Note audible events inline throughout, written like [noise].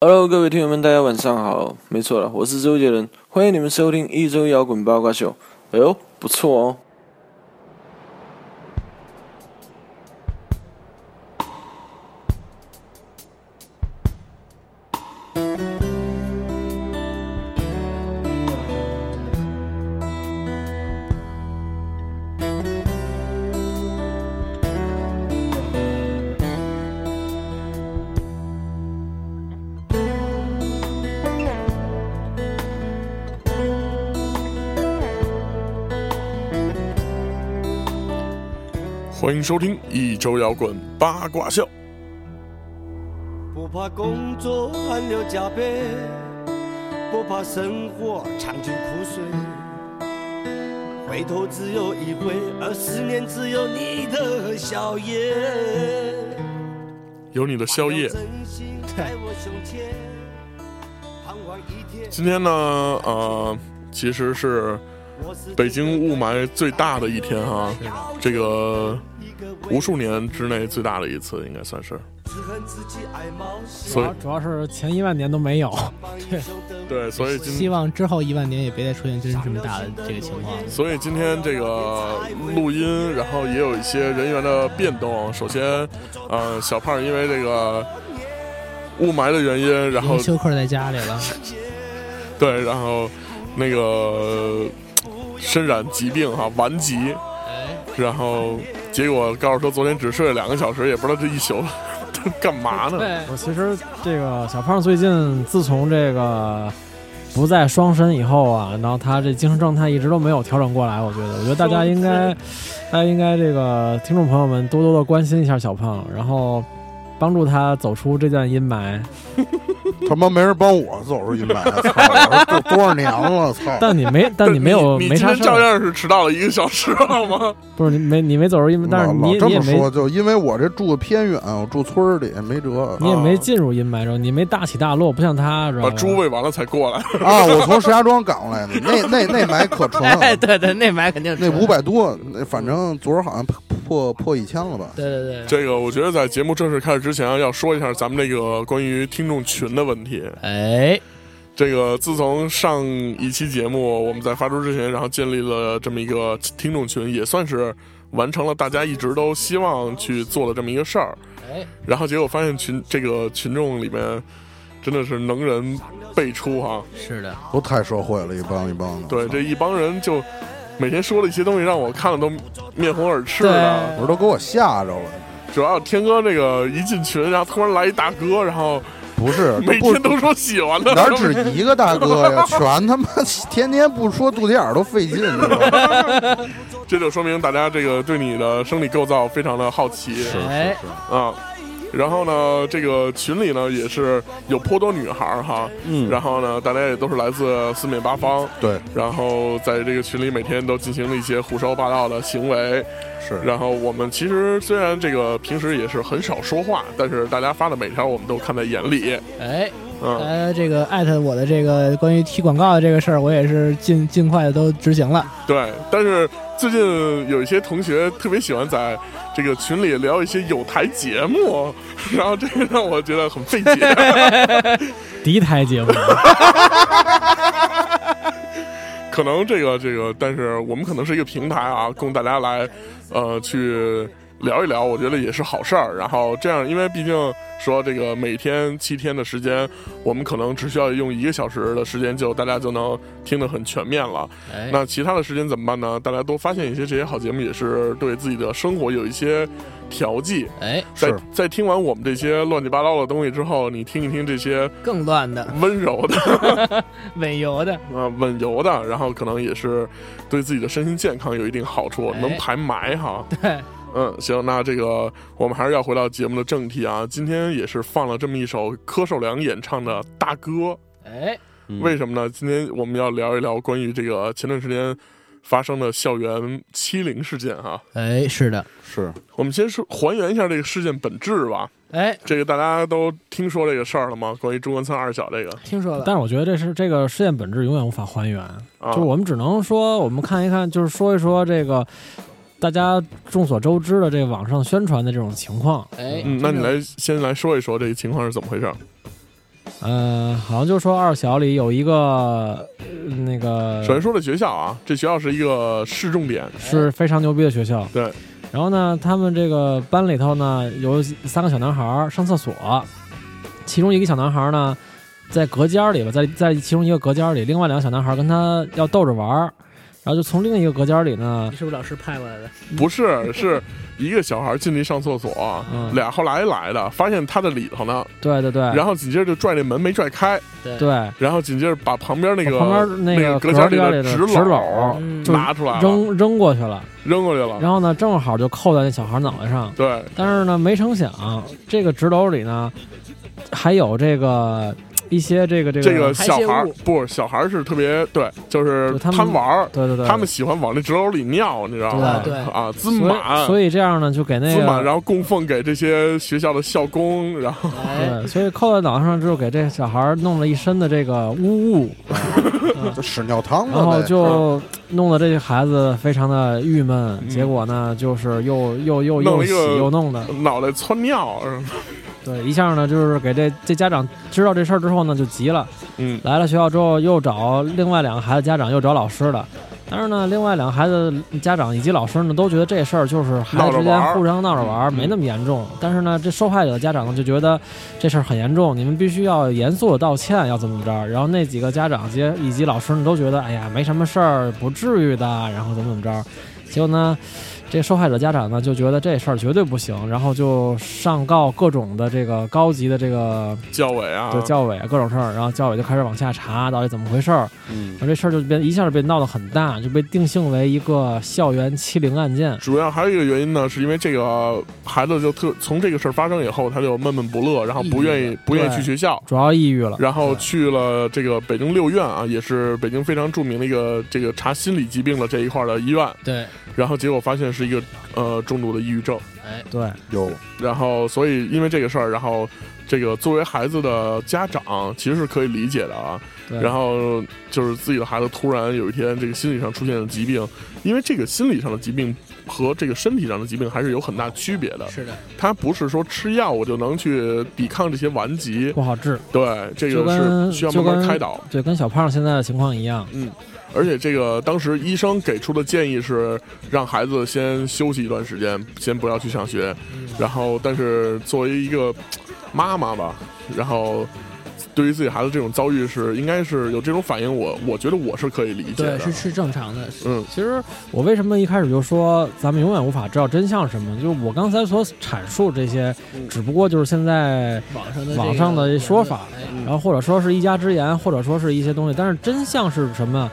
Hello，各位听友们，大家晚上好。没错了，我是周杰伦，欢迎你们收听一周摇滚八卦秀。哎呦，不错哦。欢迎收听一周摇滚八卦秀。不怕工作汗流浃背，不怕生活尝尽苦水。回头只有一回，而思念只有你的笑颜。有你的宵夜。真心在我胸前，彷徨一天。今天呢，呃，其实是我是北京雾霾最大的一天哈、这个一个无数年之内最大的一次，应该算是。只恨自己爱冒险所以，主要是前一万年都没有，嗯帮一生等对，所以 [laughs] 希今，望之后一万年也别再出现真这么大的这个情况。所以今天这个录音，然后也有一些人员的变动。首先，呃，小胖因为这个雾霾的原因，然因后为休克在家里了，对，然后那个身染疾病哈、顽疾，然后结果告诉说昨天只睡了两个小时，也不知道这一宿干嘛 [laughs] 呢？对我其实这个小胖最近自从这个不在双神以后啊，然后他这精神状态一直都没有调整过来。我觉得，我觉得大家应该，大家应该这个听众朋友们多多的关心一下小胖，然后帮助他走出这段阴霾。 [laughs] 他妈没人帮我走出阴霾，操！都多少年了，操！但你没，但你没有，你没今啥天事照儿，样是迟到了一个小时，好吗？不是你没你没走出阴霾，但是老你老这你也么没说，就因为我这住的偏远，我住村儿里，没辙你也没进入阴霾中，你没大起大落，不像他，知道啊把吧？猪 [laughs] 喂完了才过来。啊！我从石家庄赶过来的，那那那霾可 [laughs] 纯哎，了，对对，那买肯定那五，百多，那反正昨儿好像破破破一千了吧？对对对，这个我觉得在节目正式开始之前啊，要说一下咱们这个关于听众群的问题。哎，这个自从上一期节目我们在发出之前，然后建立了这么一个听众群，也算是完成了大家一直都希望去做的这么一个事儿。哎，然后结果发现群这个群众里面真的是能人辈出哈、是的，都太社会了，一帮一帮的。对操这一帮人就每天说了一些东西，让我看了都面红耳赤的。我说都给我吓着了。主要天哥这个一进群，然后突然来一大哥，然后不是，每不天都说喜欢的，哪儿 [laughs] 只一个大哥呀？全他妈 [laughs] 天天不说肚脐眼儿都费劲，你知道吗？ [laughs] 这就说明大家这个对你的生理构造非常的好奇哎，啊。然后呢，这个群里呢也是有颇多女孩儿哈，嗯然后呢，大家也都是来自四面八方，对，然后在这个群里每天都进行了一些胡说八道的行为。是然后我们其实虽然这个平时也是很少说话，但是大家发的每条我们都看在眼里。哎，嗯，呃，这个艾特我的这个关于踢广告的这个事儿，我也是尽尽快的都执行了。对。但是最近有一些同学特别喜欢在这个群里聊一些有台节目，然后这个让我觉得很费解。敌台节目，可能这个这个，但是我们可能是一个平台啊，供大家来，呃，去聊一聊，我觉得也是好事儿。然后这样，因为毕竟说这个每天七天的时间，我们可能只需要用一个小时的时间就，大家就能听得很全面了。哎，那其他的时间怎么办呢？大家多发现一些这些好节目，也是对自己的生活有一些调剂。哎，在是在听完我们这些乱七八糟的东西之后，你听一听这些更乱的，温柔的。美油的，啊、稳油的，然后可能也是对自己的身心健康有一定好处，哎能排霾哈。对， [laughs] 嗯，行，那这个我们还是要回到节目的正题啊。今天也是放了这么一首柯受良演唱的《大哥》，哎，为什么呢？今天我们要聊一聊关于这个前段时间发生的校园欺凌事件哈、哎，是的，是我们先说还原一下这个事件本质吧。哎，这个大家都听说这个事儿了吗？关于中关村二小这个听说了，但是我觉得这是这个事件本质永远无法还原。啊，就是我们只能说，我们看一看，就是说一说这个大家众所周知的这个网上宣传的这种情况。哎，嗯，那你来先来说一说这个情况是怎么回事儿？呃，好像就说二小里有一个、呃那个首先说这学校啊，这学校是一个市重点，是非常牛逼的学校。对。然后呢，他们这个班里头呢有三个小男孩儿上厕所，其中一个小男孩儿呢在隔间儿里吧，在在其中一个隔间儿里，另外两个小男孩儿跟他要逗着玩儿，然后就从另一个隔间儿里呢你，是不是老师派过来的？不 [laughs] 是是一个小孩进去上厕所，啊嗯哎俩后来来的，发现他在里头呢，对对对，然后紧接着就拽那门没拽开，对，对然后紧接着把旁边那个旁边那个个隔间里的的纸纸篓嗯就拿出来了，扔扔过去了，扔过去了，然后呢正好就扣在那小孩脑袋上，对，但是呢，没成想这个纸篓里呢，还有这个一些这个这个这个小孩排儿泄物不是小孩儿是特别对，就是就他们贪玩儿，对对对，他们喜欢往那纸篓里尿，你知道吗？对对啊，滋所以满，所以这样呢，就给那滋满，个然后供奉给这些学校的校工，然后哎，对，所以扣在脑袋上之后，给这小孩弄了一身的这个污物，这屎尿嗯汤然了后呗，就弄得这个孩子非常的郁闷。嗯结果呢，就是又又又弄又了一洗个又弄的，脑袋窜尿，是吧对，一下呢，就是给这这家长知道这事儿之后呢，就急了。嗯，来了学校之后，又找另外两个孩子家长，又找老师了。但是呢，另外两个孩子家长以及老师呢，都觉得这事儿就是孩子之间互相闹着玩儿，嗯没那么严重。但是呢，这受害者的家长呢就觉得这事儿很严重，你们必须要严肃的道歉，要怎么着？然后那几个家长及以及老师呢都觉得，哎呀，没什么事儿，不至于的，然后怎么怎么着。结果呢，这受害者家长呢就觉得这事儿绝对不行，然后就上告各种的这个高级的这个教委啊，对教委各种事儿，然后教委就开始往下查到底怎么回事儿，嗯然后这事儿就变一下就被闹得很大，就被定性为一个校园欺凌案件。主要还有一个原因呢，是因为这个孩子就特从这个事儿发生以后，他就闷闷不乐，然后不愿意不愿意去学校，主要抑郁了，然后去了这个北京六院啊，也是北京非常著名的一个这个查心理疾病的这一块儿的医院，对，然后结果发现是一个呃重度的抑郁症，哎，对，有然后所以因为这个事儿，然后这个作为孩子的家长其实是可以理解的啊，对然后就是自己的孩子突然有一天这个心理上出现了疾病，因为这个心理上的疾病和这个身体上的疾病还是有很大区别的，是的，它不是说吃药我就能去抵抗这些顽疾，不好治。对，这就个跟是需要就慢慢跟开导。对，跟小胖现在的情况一样，而且这个当时医生给出的建议是让孩子先休息一段时间，先不要去上学。嗯然后，但是作为一个妈妈吧，然后对于自己孩子这种遭遇是应该是有这种反应我，我觉得我是可以理解对，的。是是正常的，嗯，其实我为什么一开始就说咱们永远无法知道真相是什么？就是我刚才所阐述这些，只不过就是现在，网上的网这个上的说言论法哎然后或者说是一家之言，或者说是一些东西，但是真相是什么？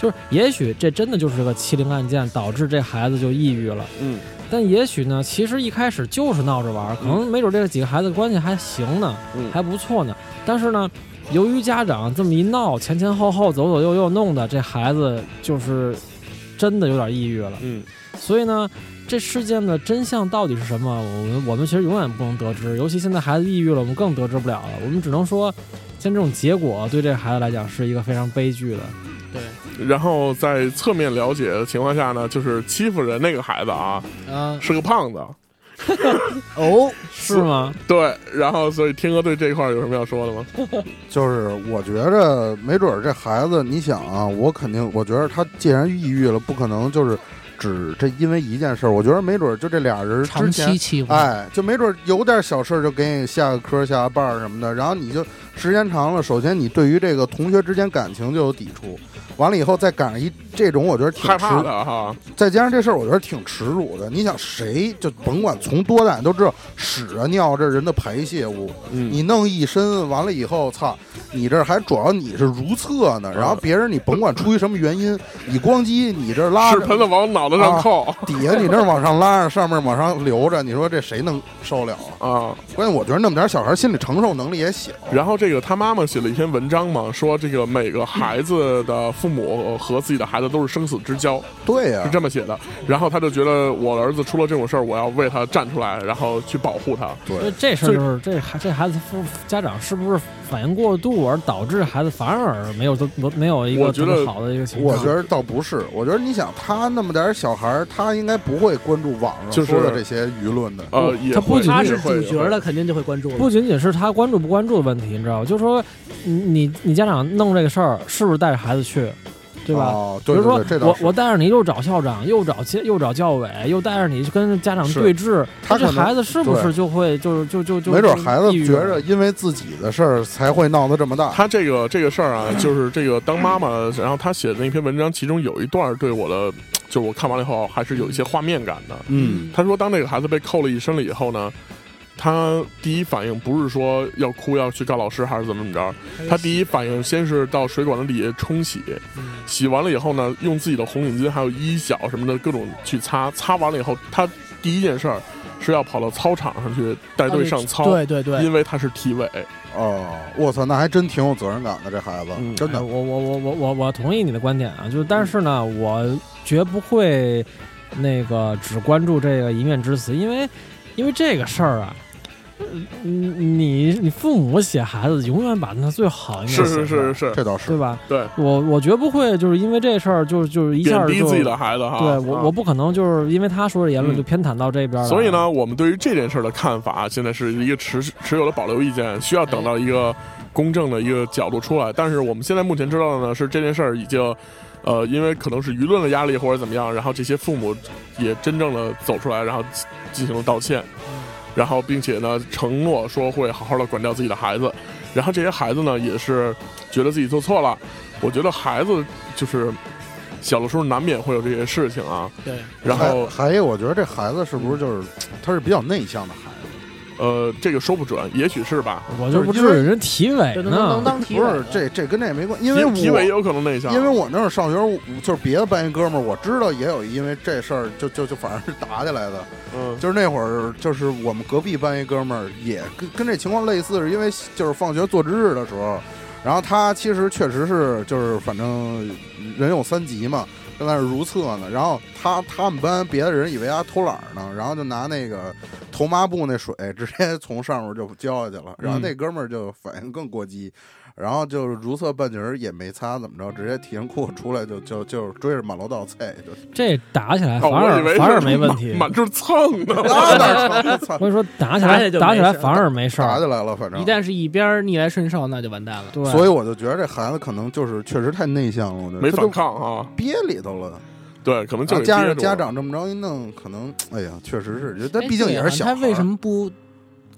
就是也许这真的就是个欺凌案件，导致这孩子就抑郁了。嗯，但也许呢，其实一开始就是闹着玩儿，可能没准这几个孩子关系还行呢，嗯还不错呢。但是呢，由于家长这么一闹，前前后后、左左右右弄的，这孩子就是真的有点抑郁了。嗯，所以呢，这事件的真相到底是什么，我们我们其实永远不能得知。尤其现在孩子抑郁了，我们更得知不了了。我们只能说，像这种结果对这孩子来讲是一个非常悲剧的。然后在侧面了解的情况下呢，就是欺负人那个孩子啊，啊，是个胖子。哦，是吗？对，然后所以天哥对这一块儿有什么要说的吗？就是我觉着没准儿这孩子，你想啊，我肯定，我觉得他既然抑郁了，不可能就是只这因为一件事儿，我觉得没准儿就这俩人之长期前。欺负，哎，就没准儿有点小事儿就给你下个科、下个绊儿什么的，然后你就时间长了，首先你对于这个同学之间感情就有抵触，完了以后再赶上一这种，我觉得挺害吃怕的哈，再加上这事儿，我觉得挺耻辱的。你想，谁就甭管从多大，你都知道屎啊尿这是人的排泄物，嗯你弄一身，完了以后，操，你这还主要你是如厕嗯呢，然后别人你甭管出于什么 [laughs] 原因，你咣叽你这拉屎着盆子往脑袋上啊扣底下你这往上拉着，上面往上流着，你说这谁能受了啊？啊关键我觉得那么点儿小孩心理承受能力也小，然后这个他妈妈写了一篇文章嘛，说这个每个孩子的父母和自己的孩子都是生死之交，对啊呀、是这么写的。然后他就觉得我儿子出了这种事儿，我要为他站出来，然后去保护他。这对，这事儿就是这孩这孩子父家长是不是反应过度而导致孩子反而没有都没有一我个觉特得别好的一个情况。我觉得倒不是，我觉得你想他那么点儿小孩儿，他应该不会关注网上就是说的这些舆论的。呃，也他不会仅哦他也是会主也角会了，肯定就会关注了。不仅仅是他关注不关注的问题，你知道吧？就是说，你你你家长弄这个事儿，是不是带着孩子去，对吧？哦，比对如对说对，这，倒我是。我带着你又找校长，又找监又找教委，又带着你去跟家长是对峙，他这可能孩子是不对是就会就就就就没准就孩子抑郁觉了着因为自己的事儿才会闹得这么大。他这个这个事儿啊，就是这个当妈妈，然后他写的那篇文章，其中有一段对我的，就是我看完了以后还是有一些画面感的。嗯，他说，当这个孩子被扣了一身了以后呢，他第一反应不是说要哭要去告老师还是怎么怎么着，他第一反应先是到水管子里冲洗，洗完了以后呢，用自己的红领巾还有衣角什么的各种去擦，擦完了以后，他第一件事儿是要跑到操场上去带队上操，哦对对对，因为他是体委。哦，我操，那还真挺有责任感的，这孩子嗯真哎的。我我我我我我同意你的观点啊，就是但是呢，我绝不会那个只关注这个一面之词，因为因为这个事儿啊。嗯你你父母写孩子，永远把那最好一面是写是出来是是，这倒对是，吧？对，我我绝不会就是因为这事儿就就是一下贬就低自己的孩子哈。对我啊我不可能就是因为他说的言论嗯就偏袒到这边、所以，呢，我们对于这件事儿的看法，现在是一个持持有的保留意见，需要等到一个公正的一个呃角度出来。但是我们现在目前知道的呢，是这件事儿已经，呃，因为可能是舆论的压力或者怎么样，然后这些父母也真正的走出来，然后进行了道歉，然后并且呢承诺说会好好的管教自己的孩子，然后这些孩子呢也是觉得自己做错了。我觉得孩子就是小的时候难免会有这些事情啊，对，然后还还有，我觉得这孩子是不是就是他是比较内向的孩子？呃，这个说不准，也许是吧。我就不就是因为至于人体委就能能呢。当体不委是了，这这跟这也没关系，因啊体为体委也我有可能内向，因为我那会儿上学，我就是别的班一哥们儿，我知道也有因为这事儿就就就反正是打起来的。嗯，就是那会儿，就是我们隔壁班一哥们儿也跟跟这情况类似，是因为就是放学做值日的时候，然后他其实确实是就是反正人有三急嘛，正在那儿如厕呢，然后他他们班别的人以为他偷懒儿呢，然后就拿那个头抹布那水直接从上面就浇下去了，然后那哥们儿就反应更过激。然后就是如厕半截儿也没擦，怎么着，直接提上裤子出来就就就追着满楼道菜，就。[laughs] 这打起来哦反我而以为是反而没问题。满处蹭的 [laughs] 那哪成？操 [laughs] 我跟你说，打起打起来来就打起来没事儿反而没事打儿起。来了，反正一旦是一边儿逆来顺受，那就完蛋了。对，所以我就觉得这孩子可能就是确实太内向了，我觉得没他反都抗啊，憋里头了。对，可能就然后是加憋上住啊家了，长这么着一弄，可能哎呀，确实是，但哎毕竟对也啊是小孩儿，他为什么不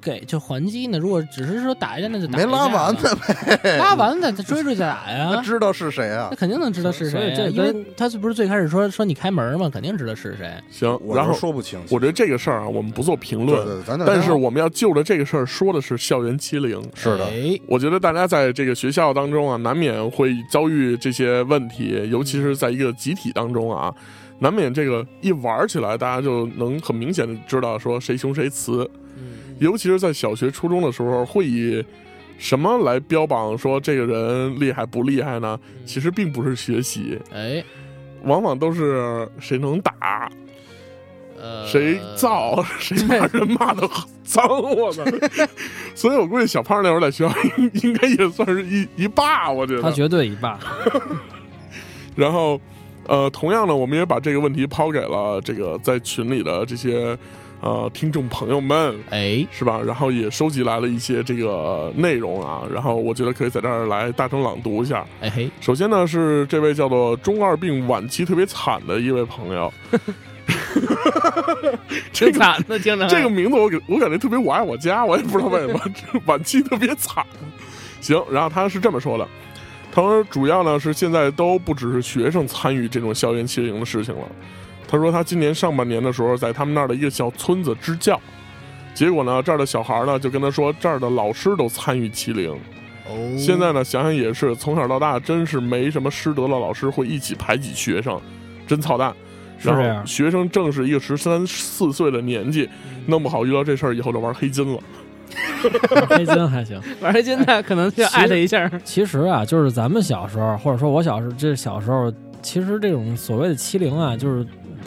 给就还击呢？如果只是说打一架，那就打没一架拉完了呢？拉完了再追追再打 [laughs] 他呀。知道是谁啊那？肯定能知道是所以谁呀，啊这因为跟他是不是最开始说说你开门嘛，肯定知道是谁。行，我然是后说不清楚。我觉得这个事儿啊，我们不做评对论，对，咱就但是我们要就着这个事儿说的是校园欺凌。是的，哎，我觉得大家在这个学校当中啊，难免会遭遇这些问题，尤其是在一个集体当中啊，难免这个一玩儿起来，大家就能很明显的知道说谁雄谁雌。尤其是在小学、初中的时候，会以什么来标榜说这个人厉害不厉害呢？其实并不是学习，哎，往往都是谁能打、呃，谁造、谁骂人骂的脏，我操！所以我估计小胖那会儿在学校应该也算是一一霸，我觉他得。绝对一霸。然后，呃，同样呢，我们也把这个问题抛给了这个在群里的这些呃听众朋友们，哎，是吧？然后也收集来了一些这个内容啊，然后我觉得可以在这儿来大声朗读一下。哎嘿，首先呢，是这位叫做中二病晚期特别惨的一位朋友， [laughs] 挺惨的，听着这个名字我给我感觉特别我爱我家，我也不知道为什么 [laughs] 这晚期特别惨。行，然后他是这么说的，他说主要呢是现在都不只是学生参与这种校园欺凌的事情了。他说他今年上半年的时候在他们那儿的一个小村子支教，结果呢这儿的小孩儿呢就跟他说这儿的老师都参与欺凌。哦现在呢想想也是，从小到大真是没什么师德的老师会一起排挤学生，真操蛋。是这样嗯然后学生正是一个十三四岁的年纪，弄不好遇到这事儿以后就玩黑金了。黑金还行。玩儿现在可能就艾特一下，其实啊，就是咱们小时候，或者说我小时候，这小时候，其实这种所谓的欺凌啊，就是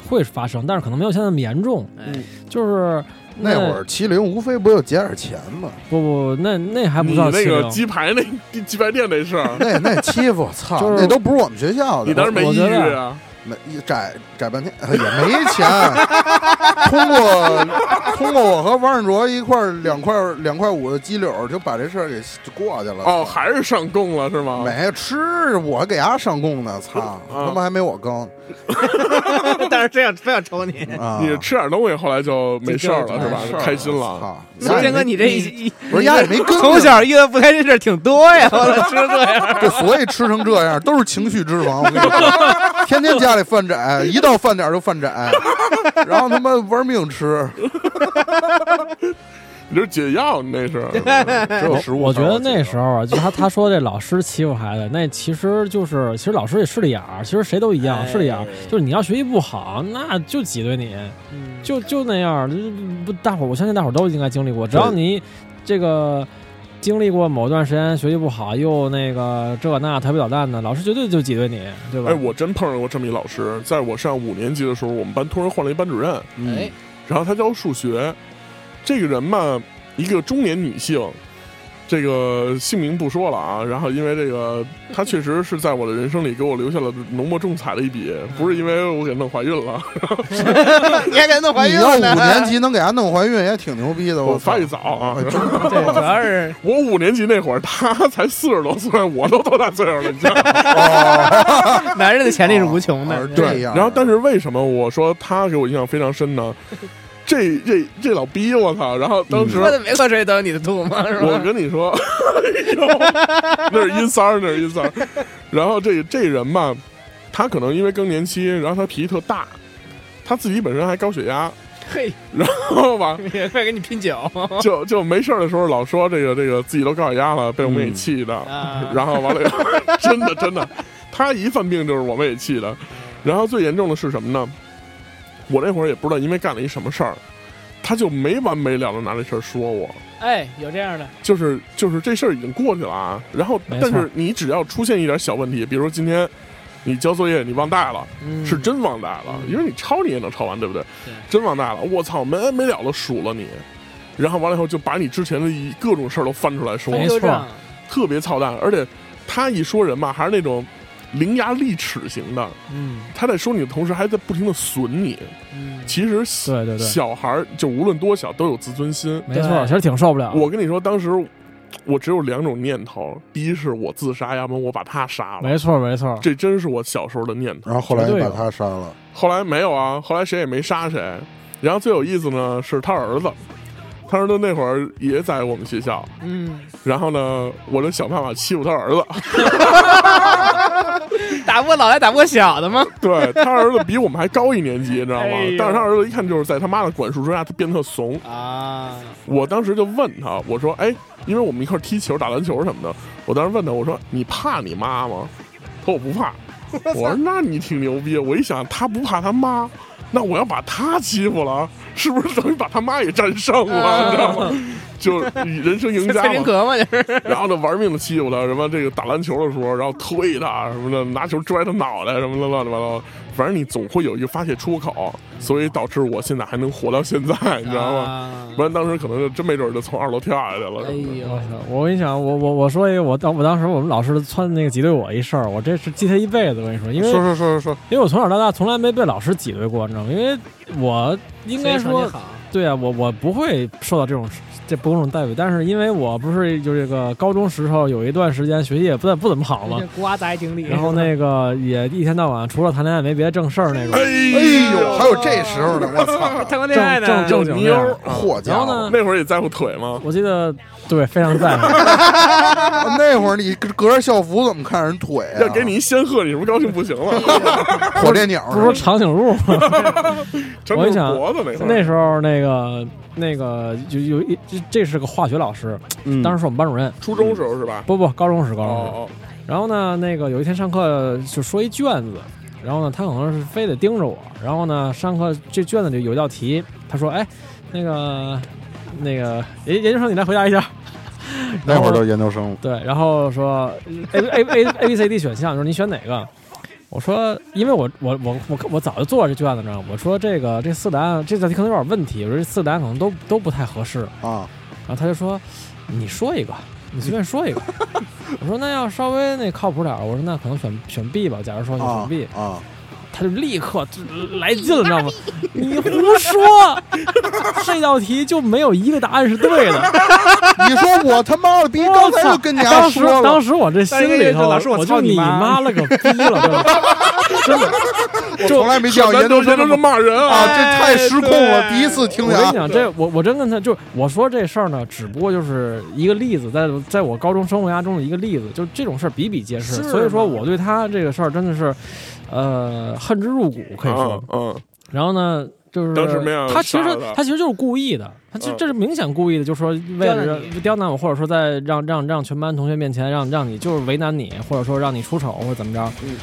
会发生，但是可能没有现在那么严重。哎，就是那会儿麒麟无非不就节点钱嘛，不不，那那还不你叫那欺个凌。鸡排那 [laughs] 鸡排店那事儿，那那欺负，操，就是那都不是我们学校的。你当时没我抑觉得郁啊？没一窄窄半天呃也没钱，通过通过我和王振卓一块儿两块儿两块五的鸡柳就把这事儿给就过去了。哦，还是上供了是吗？没吃，我给伢上供呢，操，啊他妈还没我更 [laughs] 但是这样非要抽你。啊！你吃点东西，后来就没事儿了没是事儿吧？开心了，啊操！苏伢也建没哥，你这一一不是伢也没跟，从小遇到不开心事儿挺多呀，我老吃这样。这所以吃成这样都是情绪脂肪。我跟你说，天天家里饭窄，一到饭点儿就饭窄，然后他妈玩命吃，你这解药，你那 [laughs] 是只有食物。我觉得那时候啊，就他他说这老师欺负孩子，那其实就是其实老师也势利眼儿，其实谁 [laughs] 都一样哎嗯势利眼儿。就是你要学习不好，那就挤兑你，就就那样儿。就是不，大伙儿我相信大伙儿都应该经历过，只要你这个。经历过某段时间学习不好，又那个这那调皮捣蛋的，老师绝对就挤兑你，对吧？哎，我真碰上过这么一老师，在我上五年级的时候，我们班突然换了一班主任，嗯哎，然后他教数学，这个人吧，一个中年女性，这个姓名不说了啊。然后因为这个，她确实是在我的人生里给我留下了浓墨重彩的一笔，不是因为我给弄怀孕了， [laughs] 你还给弄怀你孕要了五呢？年级能给俺弄怀孕也挺牛逼嗯的，我操发育早啊。对，主要是我五年级那会儿，她才四十多岁，我都多大岁数了？你知 [laughs] 道吗？男人的潜力是无穷哦的。嗯是这样。然后，但是为什么我说她给我印象非常深呢？这这这老逼，我操！然后当时嗯说的没喝水都有你的吐沫是我吧？跟你说， [laughs] 哎呦那是阴三儿，那是阴三儿。然后这这人吧，他可能因为更年期，然后他脾气特大，他自己本身还高血压， [laughs] 嘿，然后吧，免费给你拼酒就就没事儿的时候老说这个这个自己都高血压了，被我们给嗯气的。啊！ [laughs] 然后完了以后， [laughs] 真的真的，他一犯病就是我们也气的。然后最严重的是什么呢？我那会儿也不知道因为干了一什么事儿，他就没完没了的拿这事儿说我。哎，有这样的，就是就是这事儿已经过去了啊。然后，没但错是你只要出现一点小问题，比如说今天你交作业你忘带了，嗯是真忘带了，因为你抄你也能抄完，对不对？对真忘带了，我操，没完没了的数了你。然后完了以后，就把你之前的一各种事儿都翻出来说，没就这错样特别操蛋。而且他一说人嘛，还是那种伶牙俐齿型的。嗯，他在说你的同时，还在不停的损你。嗯，其实小对对对小孩儿就无论多小都有自尊心，没错，对其实挺受不了。我跟你说，当时我只有两种念头：第一是我自杀，要么我把他杀了。没错没错，这真是我小时候的念头。然后后来绝就对把有他删了，后来没有啊，后来谁也没杀谁。然后最有意思呢是他儿子，他儿子那会儿也在我们学校。嗯，然后呢，我就想办法欺负他儿子。打不过老来打不过小的吗？对他儿子比我们还高一年级，你知道吗？哎呦但是他儿子一看就是在他妈的管束之下，他变得特怂。啊，我当时就问他，我说：“哎，因为我们一块儿踢球、打篮球什么的，我当时问他，我说你怕你妈吗？”他说我不怕。 [laughs] 我说那你挺牛逼。我一想，他不怕他妈，那我要把他欺负了，是不是等于把他妈也战胜了？你知道吗？就人生赢 [laughs] 家蔡嗯林嘛。格嘛，就是然后呢，玩命的欺负他，什么这个打篮球的时候，然后推他什么的，拿球拽他脑袋什么的，乱七八糟。反正你总会有一个发泄出口，所以导致我现在还能活到现在，你知道吗？吗不然当时可能就真没准儿就从二楼跳下去了。哎呦我，操！我跟你讲，我我我说一个，我当我当时我们老师撺那个挤兑我一事儿，我这是记他一辈子。我跟你说，因为说说说说说，因为我从小到大从来没被老师挤兑过，你知道吗？因为我应该说，对啊，我我不会受到这种这不公正待遇。但是因为我不是就这个高中时候有一段时间学习也不怎不怎么好嘛，瓜子经历，然后那个也一天到晚除了谈恋爱没别的正事儿那种哎，哎呦，还有这时候呢，[laughs] 我操！ [laughs] 啊谈过恋爱正呢，正正经妞恋爱儿。嚯家然后伙呢，那会儿也在乎腿吗？我记得对非 [laughs] 常在乎。那会儿你隔着校服怎么看人腿啊？要给你一仙鹤，你是不是高兴不行了？ [laughs] 火烈鸟不是说呢，长颈鹿吗？长我颈一想鹿脖子那会儿，那时候那个那个就有一这这是个化学老师，当时是我们班主任，初中时候是吧？不不，高中时高中时。嗯哦，哦然后呢，那个有一天上课就说一卷子，然后呢，他可能是非得盯着我，然后呢，上课这卷子里有一道题，他说：“哎，那个那个 [laughs] 研研究生，你来回答一下。”那会儿然后都研究生了， [laughs] 对，然后说 A A A A B C D 选项，说你选哪个？我说，因为我我我我我早就做这卷子呢，我说这个这四个答案这道题可能有点问题，我说这四个答案可能都都不太合适。啊，然后他就说，你说一个，你随便说一个。我说那要稍微那靠谱点儿，我说那可能选选 B 吧，假如说你选啊 B，、啊！他就立刻就来劲了，你知道吗？你胡说，这道题就没有一个答案是对的。你说我他妈了逼，我刚才操就跟你丫当时说当了，时我这心当时里也是头，老师我操就你你妈妈了个逼了，真的。真的我从来没见过研究生都是骂人啊，啊！这太失控了，哎第一次听我跟你呀。讲，这我我真跟他就是我说这事儿呢，只不过就是一个例子，在在我高中生活涯中的一个例子，就这种事儿比比皆是。是所以说，吗我对他这个事儿真的是，呃，恨之入骨，可以说。嗯嗯，然后呢，就是当时没有他其杀实他他其实就是故意的，他这嗯这是明显故意的，就说为了刁难让刁难我，或者说在让让让全班同学面前让让你就是为难你，或者说让你出丑或者怎么着。嗯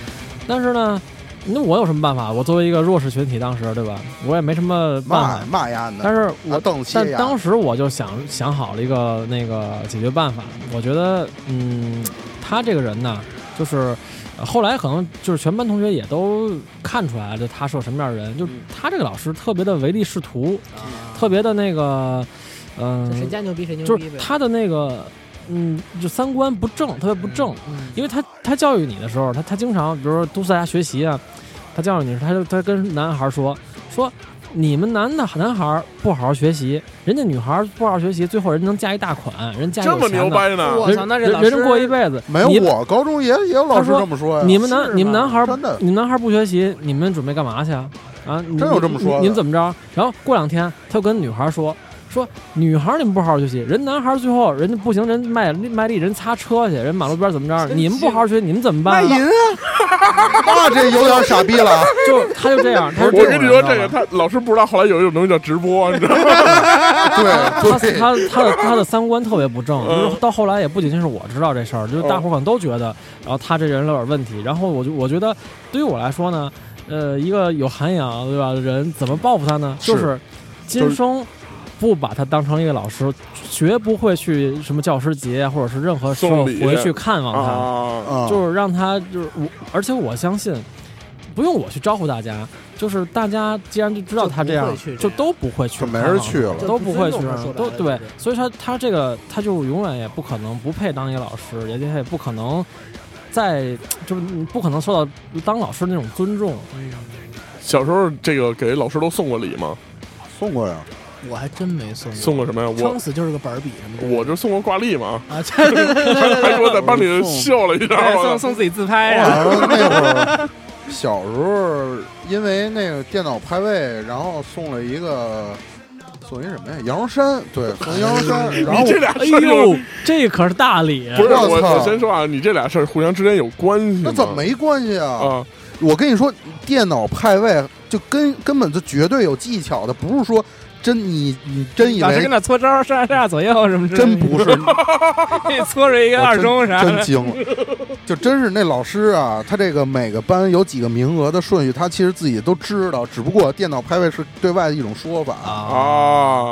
但是呢，那我有什么办法？我作为一个弱势群体，当时对吧？我也没什么办法啊骂。骂丫呢，但是我啊瞪气但呀当时我就想想好了一个那个解决办法，我觉得，嗯，他这个人呢，就是呃后来可能就是全班同学也都看出来了，就他是个什么样的人，就他这个老师特别的唯利是图，特别的那个，嗯、就谁家牛逼谁牛就逼是呗。他的那个，嗯，就三观不正，特别不正，嗯，因为他他教育你的时候，他他经常比如说督促大家学习啊，他教育你，他就他跟男孩说说你们男的男孩不好好学习，人家女孩不好好学习，最后人能嫁一大款，人家这有么钱的牛掰呢？我人操那这人老人师能过一辈子。没有你，我高中也也有老他师说这么说呀。啊你们男是你们吗男孩呃真的你们男孩不学习，你们准备干嘛去啊？啊，你真有这么说的你你们怎么着？然后过两天他又跟女孩说。说女孩你们不好好学习，人男孩最后人家不行，人卖卖力人擦车去，人马路边怎么着？你们不好好学习，你们怎么办？啊那啊这有点傻逼了啊，就他就这样，他是我跟你说，这个这种人他老师不知道，后来有一种东西叫直播，你知道吗？对 [laughs] 他对，他他的他的三观特别不正，嗯就是到后来也不仅仅是我知道这事儿，就是大伙儿可能都觉得，然后他这人有点问题。然后我就我觉得，对于我来说呢，呃，一个有涵养对吧人怎么报复他呢？是就是就今是生不把他当成一个老师，绝不会去什么教师节啊或者是任何时候送礼回去看望他。啊，啊就是让他就是我，而且我相信，不用我去招呼大家，就是大家既然就知道他这就样不会去这，样就都不会去就看没望，人去了。都不会去就不尊重他说白都了对就是，所以说他这个他就永远也不可能不配当一个老师，也他也不可能在就是你不可能受到当老师那种尊重。小时候这个给老师都送过礼吗？送过呀，我还真没送送过什么呀？撑我死就是个板儿笔什么的。我就送过挂历嘛，啊，对对对对还给我在班里秀了一下哎，我送操送自己自我拍啊，好像那会儿小时候，因为那个电脑排位，然后送了一个送一什么呀？羊绒衫，对，送羊绒衫。然后你这俩哎事儿就呦，这可是大礼啊！不是我我，操我先说啊，你这俩事儿互相之间有关系吗那怎么没关系啊？啊？我跟你说，电脑派位就根根本就绝对有技巧的，不是说真你你真以老师为跟那搓招，上上下左右什么之类真的，不 [laughs] 是，搓着 [laughs] 一个二中啥真的，惊了，就真是那老师啊，他这个每个班有几个名额的顺序，他其实自己都知道，只不过电脑排位是对外的一种说法。啊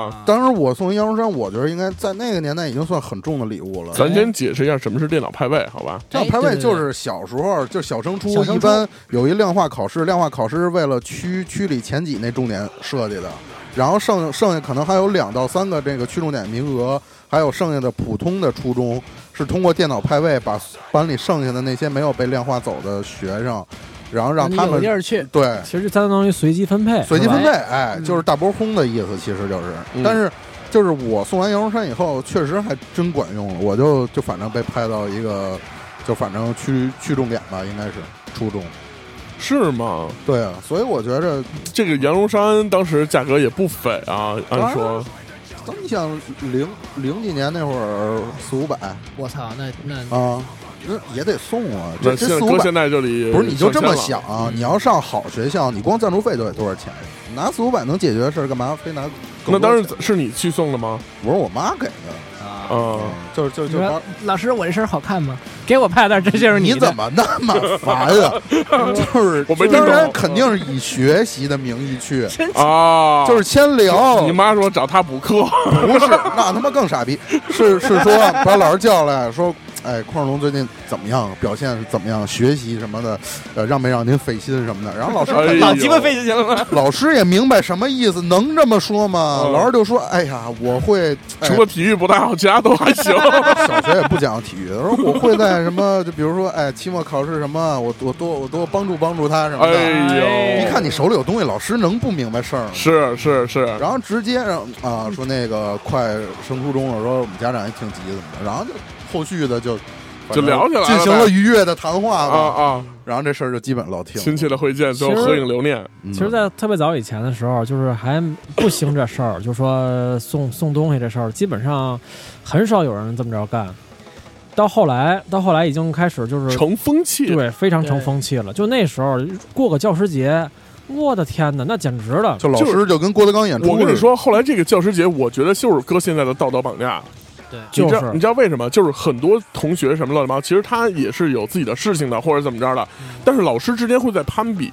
啊，当时我送羊绒衫，我觉得应该在那个年代已经算很重的礼物了。咱先解释一下什么是电脑派位，好吧？电脑哎排对位对就对是小时候，就小升初小升初一般有一量化考试，量化考试是为了区区里前几那重点设计的，然后剩剩下可能还有两到三个这个区重点名额，还有剩下的普通的初中是通过电脑排位把班里剩下的那些没有被量化走的学生，然后让啊你他有们地儿去，对其实就相当于随机分配，随机分是配，吧哎，就是大波轰的意思，其实就是，嗯但是。就是我送完羊绒衫以后，确实还真管用了，我就就反正被派到一个，就反正区区重点吧，应该是初中。是吗？对啊，所以我觉着，这个羊绒衫当时价格也不菲啊，按说当你想零零几年那会儿四五百我操，那那啊，那也得送啊，那这这现四在五搁百现在这里不是你就这么上千了嗯想、啊你要上好学校，你光赞助费就得多少钱？拿四五百能解决的事儿，干嘛非拿？那当时是你去送的吗？我说我妈给的，嗯啊，就是就是你就是说妈。老师我这身好看吗？给我拍的，这就是你的怎么那么烦 [laughs] 啊？就是我没听懂当然肯定是以学习的名义去，啊，就是哦先聊。你妈 [laughs] 说找他补课，不是，那他妈更傻逼，是是说把老师叫来说，哎，匡龙最近怎么样？表现是怎么样？学习什么的，呃，让没让您费心什么的？然后老师哎呦老鸡巴费就行了吗？老师也明白什么意思，能这么说吗？嗯老师就说：“哎呀，我会哎除了体育不太好，其他都还 [laughs] 行。小学也不讲体育，他说我会在什么，就比如说，哎，期末考试什么，我我多我多帮助帮助他什么的。哎一呦，看你手里有东西，老师能不明白事儿吗？是是是，然后直接让啊说那个快升初中了，说我们家长也挺急怎么的，然后就后续的就就聊起来了进行了愉悦的谈话啊吧。啊，然后这事儿就基本老听。亲戚的会见之后其实合影留念，嗯其实，在特别早以前的时候，就是还不兴这事儿，就说送送东西这事儿，基本上很少有人这么着干。到后来，到后来已经开始就是成风气。对非常成对风气了。就那时候过个教师节，我的天哪，那简直了！就老师就跟郭德纲演出，我跟你，说，后来这个教师节，我觉得就是哥现在的道德绑架。就你知道是你知道为什么？就是很多同学什么乱七八糟，其实他也是有自己的事情的，或者怎么着的，嗯但是老师之间会在攀比，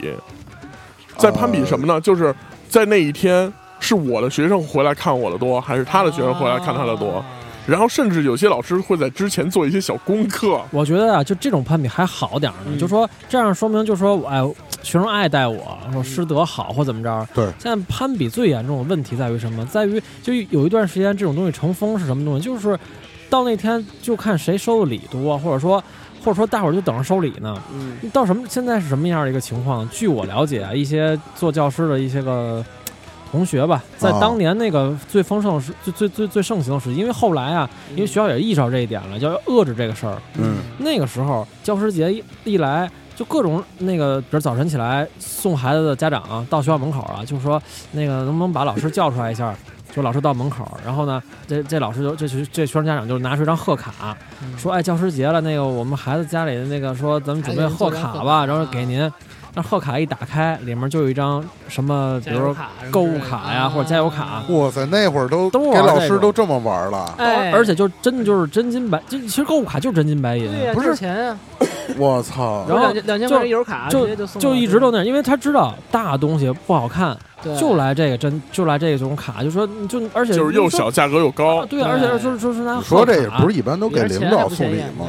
在攀呃比什么呢？就是在那一天，是我的学生回来看我的多，还是他的学生回来看他的多？啊然后甚至有些老师会在之前做一些小功课，我觉得啊，就这种攀比还好点儿呢，嗯就说这样说明就说哎，学生爱戴我，我师德好或怎么着。对现在攀比最严重的问题在于什么？在于就有一段时间这种东西成风是什么东西？就是到那天就看谁收的礼多，或者说或者说大伙儿就等着收礼呢。嗯，到什么现在是什么样的一个情况？据我了解啊，一些做教师的一些个同学吧，在哦当年那个最丰盛的时、最最最最盛行的时期，因为后来啊，因为学校也意识到这一点了，就要遏制这个事儿。嗯，那个时候教师节一一来，就各种那个，比如早晨起来送孩子的家长啊、到学校门口啊，就说那个能不能把老师叫出来一下？嗯就老师到门口，然后呢，这这老师就这学这学生家长就拿出一张贺卡，嗯说哎教师节了，那个我们孩子家里的那个说咱们准备贺卡吧，孩然子做张后贺卡给您。那贺卡一打开，里面就有一张什么，比加如油说哦卡什么之类的、购物卡呀或者加油卡啊哇塞，那会儿都都给玩老这师种都这么玩了，哎，而且就真的就是真金白，就其实购物卡就是真金白银，对呀，不是就是钱啊，我操！然后两千两千块钱油卡直接就送了，就一直都那样，因为他知道大东西不好看，对就来这个真就来这种卡，就说就而且就是又小价格又高啊，，对，而且就是就是拿你说这也贺卡啊不是一般都给领导送礼吗？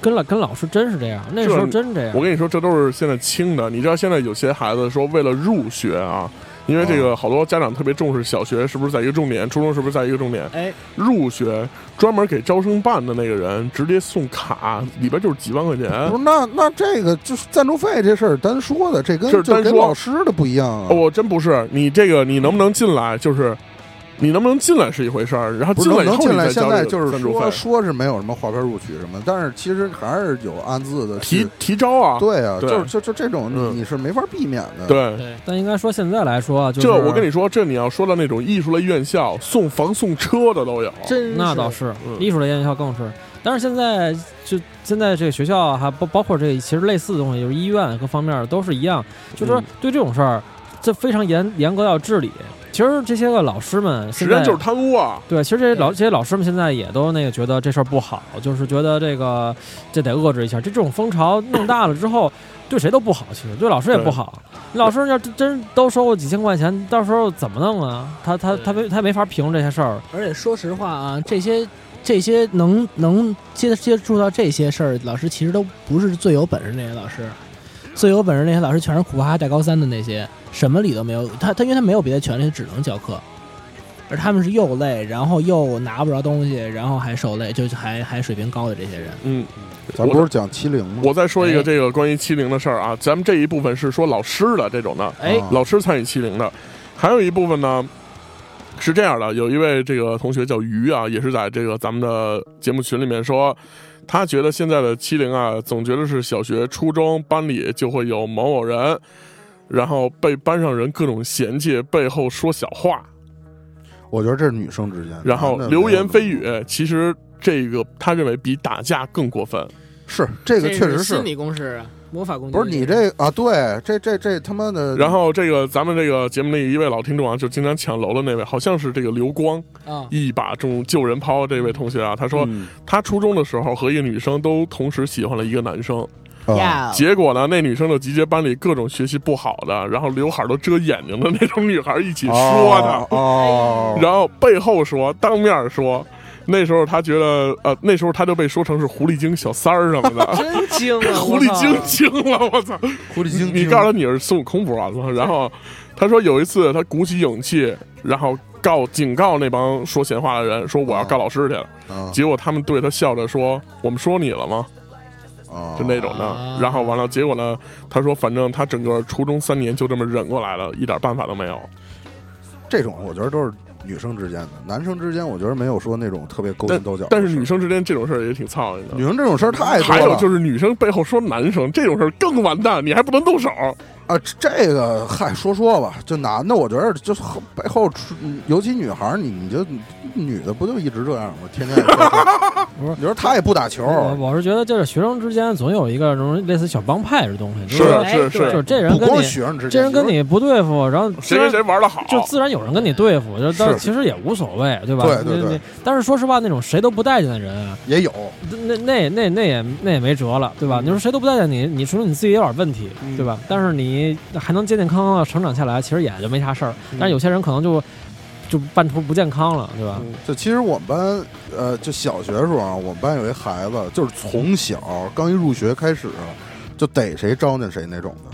跟老跟老师真是这样，那时候真这样我。跟你说，这都是现在轻的。你知道现在有些孩子说为了入学啊，因为这哦个好多家长特别重视小学是不是在一个重点，初中是不是在一个重点？哎，入学专门给招生办的那个人直接送卡，里边就是几万块钱。不是，那那这个就是赞助费这事儿单说的，这跟这是就单跟说老师的不一样啊。哦，我真不是你这个，你能不能进来就是。你能不能进来是一回事儿，然后不进是来能以能后进你来，再现交在这就个是赞助说费，说是没有什么划片录取什么，但是其实还是有暗自的去提提招啊，对啊，对就是就就这种嗯你是没法避免的。，对，对，但应该说现在来说，啊就是这我跟你说，这你要说到那种艺术类院校，送房送车的都有，真那倒是嗯艺术类院校更是，但是现在就现在这个学校啊还包包括这其实类似的东西，就是医院各方面都是一样，就说嗯对这种事儿，这非常严严格要治理。其实这些个老师们实现际上在就是贪污啊。对，其实这些老这些老师们现在也都那个觉得这事儿不好，就是觉得这个这得遏制一下。这这种风潮弄大了之后，对谁都不好，其实对老师也不好。老师要真真都收过几千块钱，到时候怎么弄啊？他他他没他没法评这些事儿。而且说实话啊，这些这些能能接接触到这些事儿，老师其实都不是最有本事那些老师，最有本事那些老师全是苦哈哈带高三的那些，什么理都没有。他他因为他没有别的权利，他只能教课，而他们是又累，然后又拿不着东西，然后还受累，就是还还水平高的这些人。嗯，咱不是讲欺凌吗？我再说一个哎这个关于欺凌的事儿啊，咱们这一部分是说老师的这种的，哎啊老师参与欺凌的，还有一部分呢是这样的，有一位这个同学叫于啊，也是在这个咱们的节目群里面说。他觉得现在的欺凌啊，总觉得是小学、初中班里就会有某某人，然后被班上人各种嫌弃，背后说小话，我觉得这是女生之间，然后男的流言蜚没有那么语。其实这个他认为比打架更过分。是这个确实是，理公式啊，魔法攻不是你这啊？对，这这这他妈的， [laughs] 然后这个咱们这个节目里一位老听众啊，就经常抢楼的那位，好像是这个刘光，啊，一把中救人抛这位同学啊，他说嗯他初中的时候和一个女生都同时喜欢了一个男生，啊，结果呢，那女生就集结班里各种学习不好的，然后刘海都遮眼睛的那种女孩一起说他，哦，然后背后说，当面说。那时候他觉得，呃，那时候他就被说成是狐狸精小三儿什么的，真精啊！ [laughs] 狐狸精精了，我操！狐狸精，你告诉他你是孙悟空不完了。 [laughs] 然后他说有一次他鼓起勇气，然后告警告那帮说闲话的人，说我要告老师去了。啊结果他们对他笑着说：“我们说你了吗？”啊，就那种的。然后完了，结果呢，他说反正他整个初中三年就这么忍过来了，一点办法都没有。啊这种我觉得都是女生之间的，男生之间我觉得没有说那种特别勾心斗角的事儿。但是女生之间这种事儿也挺操心的女。生这种事儿太多还有了，就是女生背后说男生这种事儿更完蛋，你还不能动手。啊，这个嗨，说说吧，就男的，我觉得就是后背后出，尤其女孩儿，你你就女的不就一直这样吗？天天也 [laughs] 不是呃你说她也不打球，我我是觉得就是学生之间总有一个这种类似小帮派的东西，就是啊是是，就是是这人不跟光你学生之间，这人跟就是你不对付，然后谁跟谁玩的好，就自然有人跟你对付，就是但是其实也无所谓，对吧？对对对你。你但是说实话，那种谁都不待见的人啊，也有，那那那那也那也没辙了，对嗯吧？你说谁都不待见你，你除了你自己有点问题，对吧？但是你还能健健康康的成长下来，其实也就没啥事儿。嗯但是有些人可能就就半途不健康了，对吧？嗯就其实我们班，呃，就小学的时候啊，我们班有一孩子，就是从小刚一入学开始，啊就逮谁招见谁那种 [laughs]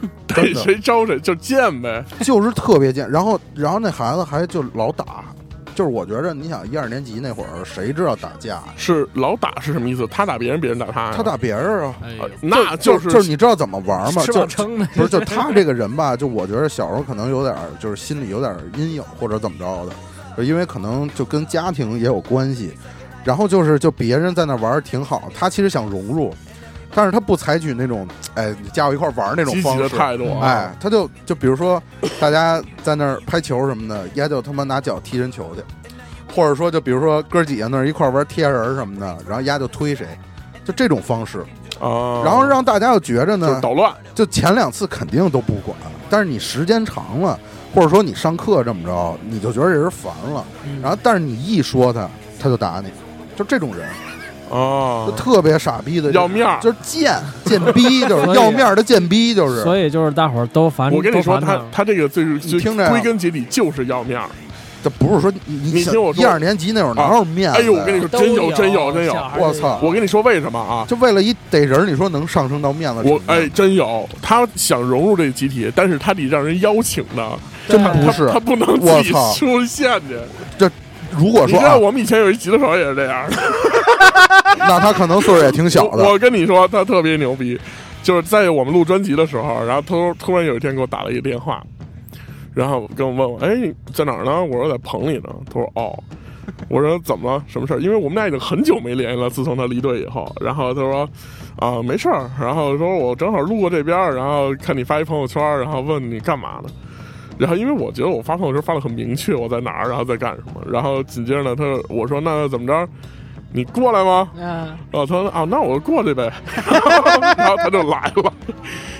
的，对真的谁招谁就贱呗。就是特别贱。然后，然后那孩子还就老打，就是我觉着，你想一二年级那会儿，谁知道打架呀？是老打是什么意思？他打别人，别人打他呀。他打别人啊，哎呃，那就就是就是你知道怎么玩吗？吃就饱撑的，不是，就他这个人吧，就我觉得小时候可能有点儿，就是心里有点儿阴影或者怎么着的，就因为可能就跟家庭也有关系。然后就是就别人在那玩儿挺好，他其实想融入，但是他不采取那种哎你加我一块儿玩儿那种积方极的式。态度啊。哎，他就就比如说，大家在那儿拍球什么的，丫就他妈拿脚踢人球去，或者说就比如说哥几个那儿一块儿玩贴人儿什么的，然后丫就推谁，就这种方式，啊，然后让大家又觉着就是呢，捣乱，就前两次肯定都不管，但是你时间长了，或者说你上课这么着，你就觉得这人烦了，嗯然后但是你一说他，他就打你，就这种人，啊就，特别傻逼的，要面儿。啊就是贱贱 [laughs] 逼，就所是以要面儿的贱逼，就是所以就是大伙儿都烦，我跟你说，啊都他烦他他这个最是你就听着呀啊归根结底就是要面儿。这不是说你你听我说一二年级那会儿哪有面子啊哎呀？呦，我跟你说，都真有真有真有小。孩儿我操！我跟你说为什么啊？就为了一逮人儿，你说能上升到面子？我哎，，真有，他想融入这个集体，但是他得让人邀请的，真不是他他不能自我己操出现去。如果你说知道啊，我们以前有一吉他手也是这样的，那他可能岁数也挺小我的。我跟你说，他特别牛逼，就是在我们录专辑的时候，然后他突然有一天给我打了一个电话，然后跟我问我，哎，你在哪儿呢？我说在棚里呢。他说哦。我说怎么了？什么事儿？因为我们俩已经很久没联系了，自从他离队以后。然后他说，啊、没事儿。然后说我正好路过这边儿，然后看你发一朋友圈儿，然后问你干嘛呢？然后因为我觉得我发朋友圈发的很明确，我在哪儿，然后在干什么。然后紧接着呢，他说我说那怎么着？你过来吗？啊，哦，他说啊，那我过去呗， [laughs] 然后他就来了。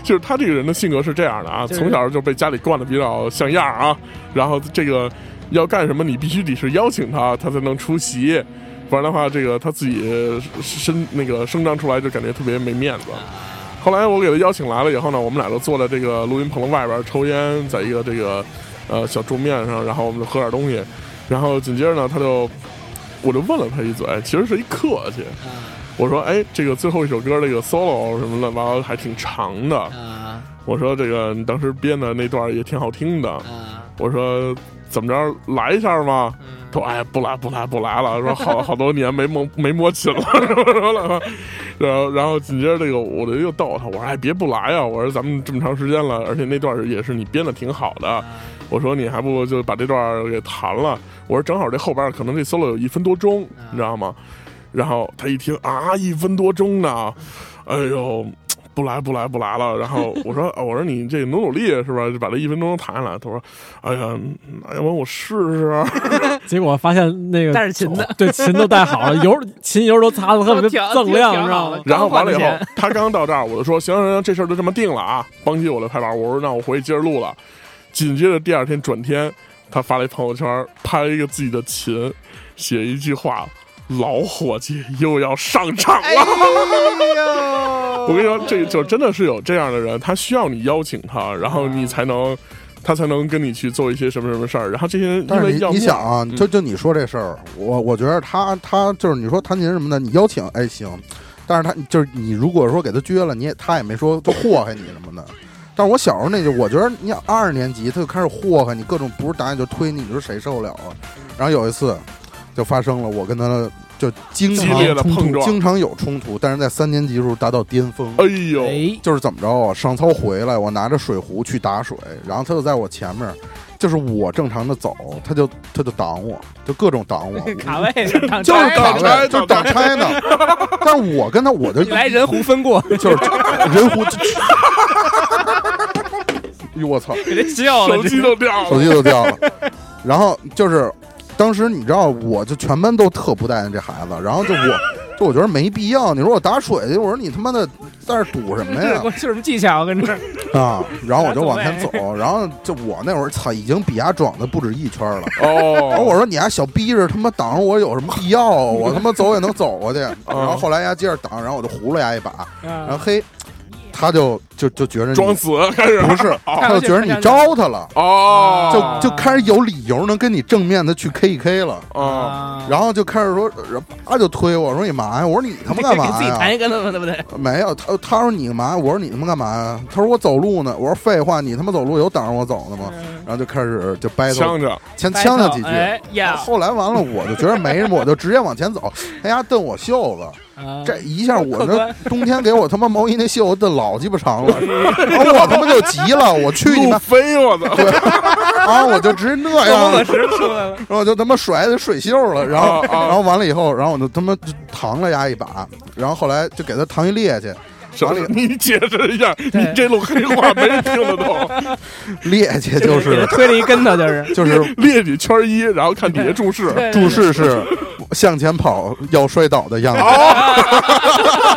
就是他这个人的性格是这样的啊，就是从小就被家里惯得比较像样啊，然后这个要干什么，你必须得是邀请他，他才能出席。不然的话，这个他自己生那个声张出来就感觉特别没面啊子。后来我给他邀请来了以后呢，我们俩就坐在这个录音棚外边抽烟，在一个这个呃小桌面上，然后我们就喝点东西，然后紧接着呢，他就我就问了他一嘴，哎其实是一客气，我说哎，这个最后一首歌这个 solo 什么乱七八糟还挺长的，啊我说这个你当时编的那段也挺好听的，啊，我说怎么着来一下吗？嗯他说：“哎，不来不来不来了。”说好好多年没摸没摸琴了， [laughs] 什么什么了。然后然后紧接着这个我就又逗他，我说：“哎，别不来呀！我说咱们这么长时间了，而且那段也是你编的挺好的。我说你还不就把这段给弹了？我说正好这后边可能这 solo 有一分多钟，你知道吗？然后他一听啊，一分多钟呢，哎呦。”不来不来不来了，然后我说 [laughs] 啊我说你这努努力是吧，就把这一分钟弹下来。他说，哎呀，那要不然我试试。啊 [laughs] 结果发现那个带着琴的， [laughs] 对琴都带好了，油琴油都擦的特别都调锃亮，调你知道好吗了？然后完了以后刚换的，他刚到这儿，我就说行行行，这事儿就这么定了啊。邦基我来拍板，我说那我回去接着录了。紧接着第二天转天，他发了一朋友圈，拍了一个自己的琴，写一句话：“老伙计又要上场哎了。 [laughs] 我跟你说，这就真的是有这样的人，他需要你邀请他，然后你才能。他才能跟你去做一些什么什么事儿。然后这些人但因是为你要你面想啊，嗯就就你说这事儿，我我觉得他他就是你说弹琴什么的，你邀请哎行，但是他就是你如果说给他撅了，你也他也没说就祸害你什么的。但是我小时候那就，我觉得你想二十年级他就开始祸害你，各种不是答案就推你，你说谁受得了啊？然后有一次就发生了，我跟他就经激常烈的碰撞，经常有冲突，但是在三年级时候达到巅峰。哎呦，哎，就是怎么着啊？上操回来，我拿着水壶去打水，然后他就在我前面，就是我正常的走，他就他就挡我，就各种挡我， [laughs] 卡位上就是当挡拆 [laughs] 就是挡拆呢。但是我跟他，我就你来人狐分过，就是人壶， [laughs] 哟我操，给他笑了手。机都掉手了，机都掉了。然后就是当时你知道，我就全班都特不待见这孩子，然后就我就我觉得没必要。你说我打水去，我说你他妈的在这儿赌什 [laughs] 么哎呀这？我是什么技巧？跟这儿啊，然后我就往前走，然后就我那会儿操，已经比他壮的不止一圈 [laughs] 了。然后我哦，说你还小逼着他妈挡着我有什么必要啊？我他妈走也能走 [laughs] 过去。然后后来丫接着挡，然后我就糊了丫一把，然后嘿，他就就就觉着你装死开始不是，他就觉啊着你招他了，哦，就就开始有理由能跟你正面的去 K 一 K 了。哦，然后就开始说，然后啪就推我说你嘛呀？我说你他妈干 [laughs] 嘛给呀？自己弹一个呢嘛，对不对？没有，他他说你干嘛？我说你他妈干嘛呀？他说我走路呢。我说废话，你他妈走路有挡着我走的吗？然后就开始就掰扯，呛着，前呛他几句。嗯哎呀，后来完了，我就觉得没什么，我就直接往前走。他丫瞪我袖子，这一下我啊客这观 [laughs] 冬天给我他妈毛衣那袖子瞪老鸡巴长了，然后我他妈就急了，我去你路妈！飞我操， [laughs] 啊，我就直接那样了，时出来了，然后我就他妈甩他水袖了，然后啊啊然后完了以后，然后我就他妈就搪了丫一把，然后后来就给他搪一趔趄。 [laughs] 什么？你解释一下，你这路黑话没人听得懂，趔趄就给他是 [laughs] 推了一跟头， [laughs] 就是就是列举圈一，然后看底下注释，对注视是向前跑要摔倒的样子。哦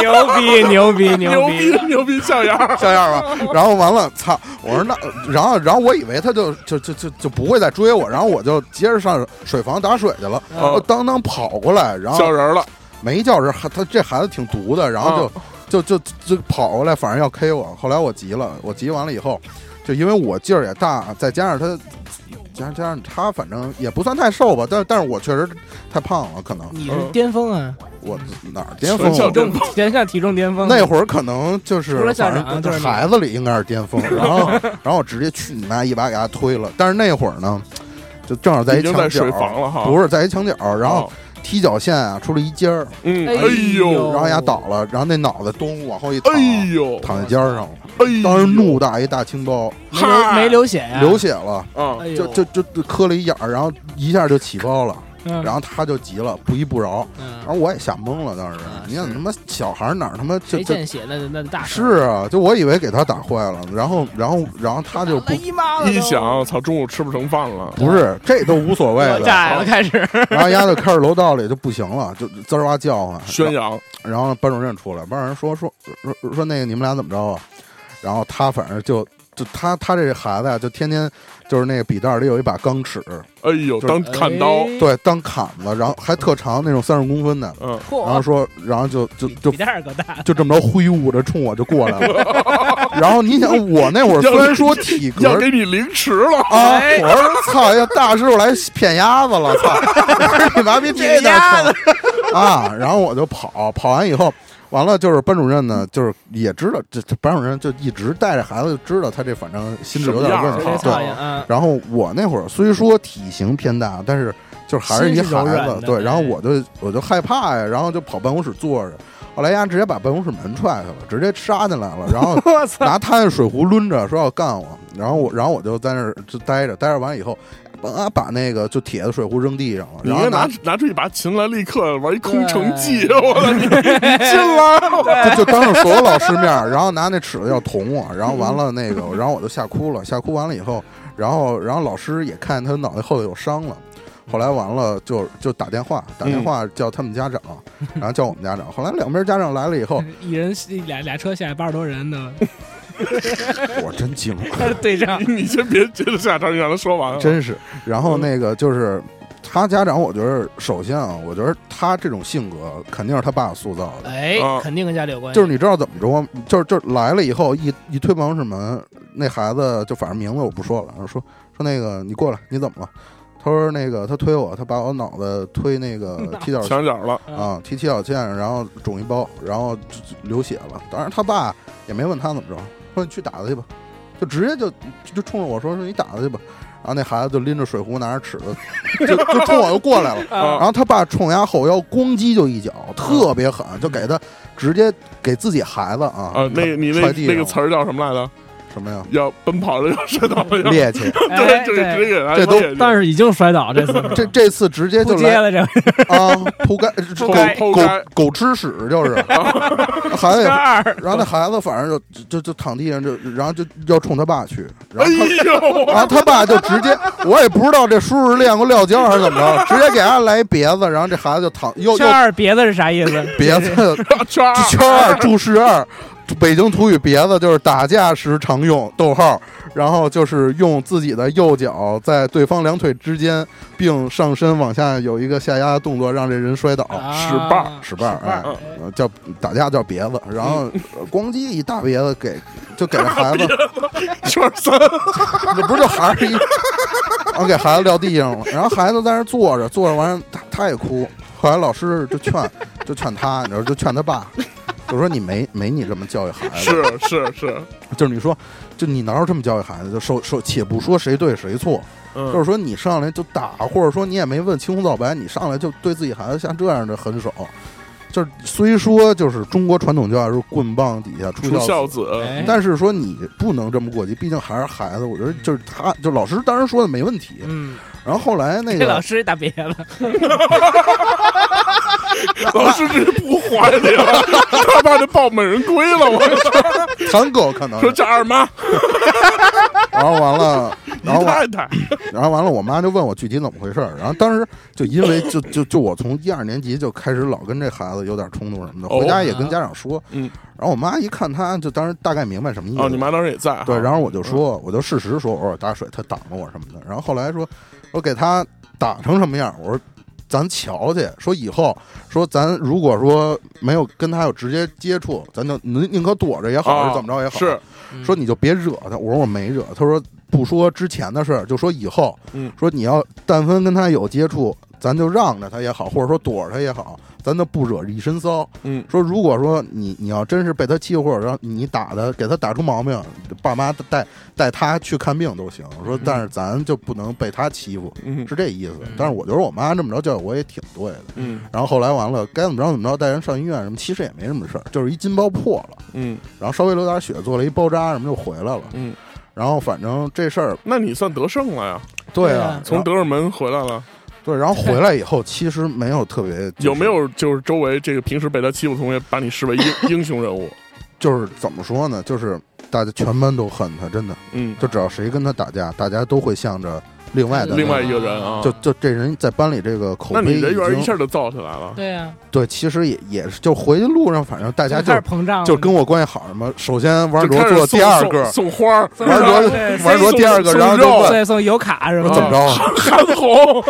牛逼牛逼牛牛逼逼！牛逼像样儿，像样吧，然后完了，操！我说那，然后然后我以为他就就就就就不会再追我，然后我就接着上水房打水去了，我哦，当当跑过来，然叫后人了，没叫人，还他这孩子挺毒的，然哦后就就就就跑过来，反正要 K 我，后来我急了，我急完了以后，就因为我劲儿也大，再加上他。加加上他，反正也不算太瘦吧，但但是我确实太胖了，可能你是巅峰啊，我哪儿巅纯峰了笑体重全像体重巅峰，那会儿可能就是除了校反长正就是你孩子里应该是巅 [laughs] 峰，然后然后我直接去你妈一把给他推了。但是那会儿呢，就正好在已一经墙在角水，房了哈，不是在一墙角，然后哦，踢脚线啊出了一尖儿，嗯，哎哎呦呦，然后丫倒了，然后那脑袋咚往后一躺，哎呦，躺在尖儿上了，哎呦，当时怒大一大青包，没流没流血呀，流血了。啊，哎哎呦，就就就就磕了一眼儿，然后一下就起包了，嗯然后他就急了，不依不饶，然嗯后我也吓懵了。当时啊，你想是他妈小孩儿哪儿他妈这谁这见血那那大事是啊，就我以为给他打坏了，然后然后然后他啊就不哎妈了都一想，操，中午吃不成饭了，不是这都无所谓我哎的，炸了，开始然后丫就开始楼道里就不行了，就滋儿哇叫唤，宣扬，然后班主任出来，班主任说说说说那个你们俩怎么着啊？然后他反正就就他他这孩子啊，就天天就是那个笔袋里有一把钢尺，嗯哎呦，就是当砍刀，对，当砍子，然后还特长那种三十公分的，嗯，然后说，然后就就就比袋儿可大，就这么着挥舞着冲我就过来了。 [laughs] 然后你想我那会儿虽然说体 [laughs] 格要给你凌迟了，啊！我说操，要大师傅来骗鸭子了，操！ [laughs] 我说你妈逼这点坑啊！然后我就跑，跑完以后，完了就是班主任呢，就是也知道这这班主任就一直带着孩子，就知道他这反正心智有点问什么题样。对啊，嗯，然后我那会儿虽说体型偏大，但是就是还是一心是孩柔软子的，对。对然后我就我就害怕呀，然后就跑办公室坐着。后来丫直接把办公室门踹开了，直接杀进来 [laughs] 了，然后拿他的水壶抡着说要干我，然后我然后我就在那儿就待着，待着完以后，啊把那个就铁的水壶扔地上了，你然应后该拿拿拿出一把琴来，立刻玩一空城计，对 [laughs] 我操你，你进来了，就就当着所有老师面儿，然后拿那尺子要捅我，然后完了那个，然后我就吓哭了，吓哭完了以后，然后然后老师也看见他脑袋后头有伤了，后来完了就就打电话，打电话叫他们家长，然后叫我们家长，后来两边家长来了以后，一人一俩俩车下来八十多人呢，我真惊了，他是对仗，你你先别接着下场，你让他说完啊，真是，然后那个就是。他家长，我觉得首先啊，我觉得他这种性格肯定是他爸塑造的，哎啊，肯定跟家里有关系，就是你知道怎么着吗？就是就是来了以后一一推办公室门，那孩子就反正名字我不说了，然后说说那个你过来，你怎么了？他说那个他推我，他把我脑袋推那个踢脚墙角了，啊，踢七小倩，然后肿一包，然后就就流血了。当然他爸也没问他怎么着，说你去打他去吧，就直接就就就冲着我说说你打他去吧。然后那孩子就拎着水壶，拿着尺子，就就冲我就过来了。啊然后他爸冲压后腰，咣叽就一脚，特别狠，就给他直接给自己孩子啊啊，那你那踹地那个上词儿叫什么来着？什么呀？要奔跑了，要摔倒了，要趔趄，啊哎对，这个哎直接给他这都也但是已经摔倒这次， [laughs] 这这次直接就不接来了这啊，扑街，这扑街狗扑啊街狗狗吃屎 [laughs] 就是，孩子也个二，然后那孩子反正就就就躺地上就，然后就要冲他爸去，然哎后他。呦，然后他爸就直接，我也不知道这叔是练过撂跤还是怎么着，直接给他来一别子，然后这孩子就躺又又圈二别的是啥意思？别子圈儿 [laughs] 圈二注释二，北京土语别子就是打架时常用，逗号，然后就是用自己的右脚在对方两腿之间，并上身往下有一个下压动作，让这人摔倒。啊使啊绊儿啊啊使绊儿，哎，呃叫打架叫别子，然后呃咣叽一大别子给就给这孩 [laughs] 子，圈三，啊那不是就还是一，然后给孩子撂地上了，然后孩子在那儿坐着，坐着完他他也哭，后来老师就劝，就劝他，你知道，就劝他爸，就说你没没你这么教育孩子，是是是，就是你说，就你哪有这么教育孩子？就首首且不说谁对谁错，就嗯是说你上来就打，或者说你也没问青红皂白，你上来就对自己孩子下这样的狠手，就是虽说就是中国传统教育是棍棒底下出出孝孝子，子，哎但是说你不能这么过激，毕竟还是孩子。我觉得就是他，就老师当然说的没问题。嗯，然后后来那这老个师打别了，老师这是不还你了，他爸这抱美人归了， [laughs] 我堂哥可能说，这二妈，然后完了，你然后完太太，然后完了，我妈就问我具体怎么回事儿。然后当时就因为就就就我从一二年级就开始老跟这孩子有点冲突什么的，哦回家也跟家长说。嗯，然后我妈一看他，就当时大概明白什么意思。哦，你妈当嗯时也在哈，嗯对，然后我就说，我就事实说，我说打水，他挡着我什么的。然后后来说，我给他打成什么样，我说咱瞧去。说以后说咱如果说没有跟他有直接接触，咱就宁宁可躲着也好，啊是怎么着也好。是说你就别惹他。我说我没惹。他说不说之前的事儿，就说以后。嗯说你要但凡跟他有接触，咱就让着他也好，或者说躲着他也好，咱就不惹一身骚。嗯说如果说你你要真是被他欺负，或者让你打他，给他打出毛病，爸妈带带他去看病都行。我说但是咱就不能被他欺负，嗯是这意思。但是我觉得我妈这么着教育我也挺对的。嗯然后后来完了，该怎么着怎么着，带人上医院什么，其实也没什么事儿，就是一筋包破了。嗯然后稍微流点血，做了一包扎，什么就回来了。嗯，然后反正这事儿，那你算得胜哎了呀，对啊啊，从然后德胜门回来了，对，然后回来以后，其实没有特别、就是有没有就是周围这个平时被他欺负同学把你视为英英雄人物？就是怎么说呢？就是大家全班都恨他，真的，嗯，就只要谁跟他打架，大家都会向着另外的另外一个人啊，就就这人在班里这个口那碑你已人缘一经下就造起来了，对呀，对，其实也也是，就回去路上，反正大家就开始膨胀了，就跟我关系好什么，首先就玩开卓始做送第二个，送送花儿，玩卓对玩卓第二个，送然后就送肉啊送问送油卡是我吧？怎么着啊？ [laughs] [laughs] 韩红，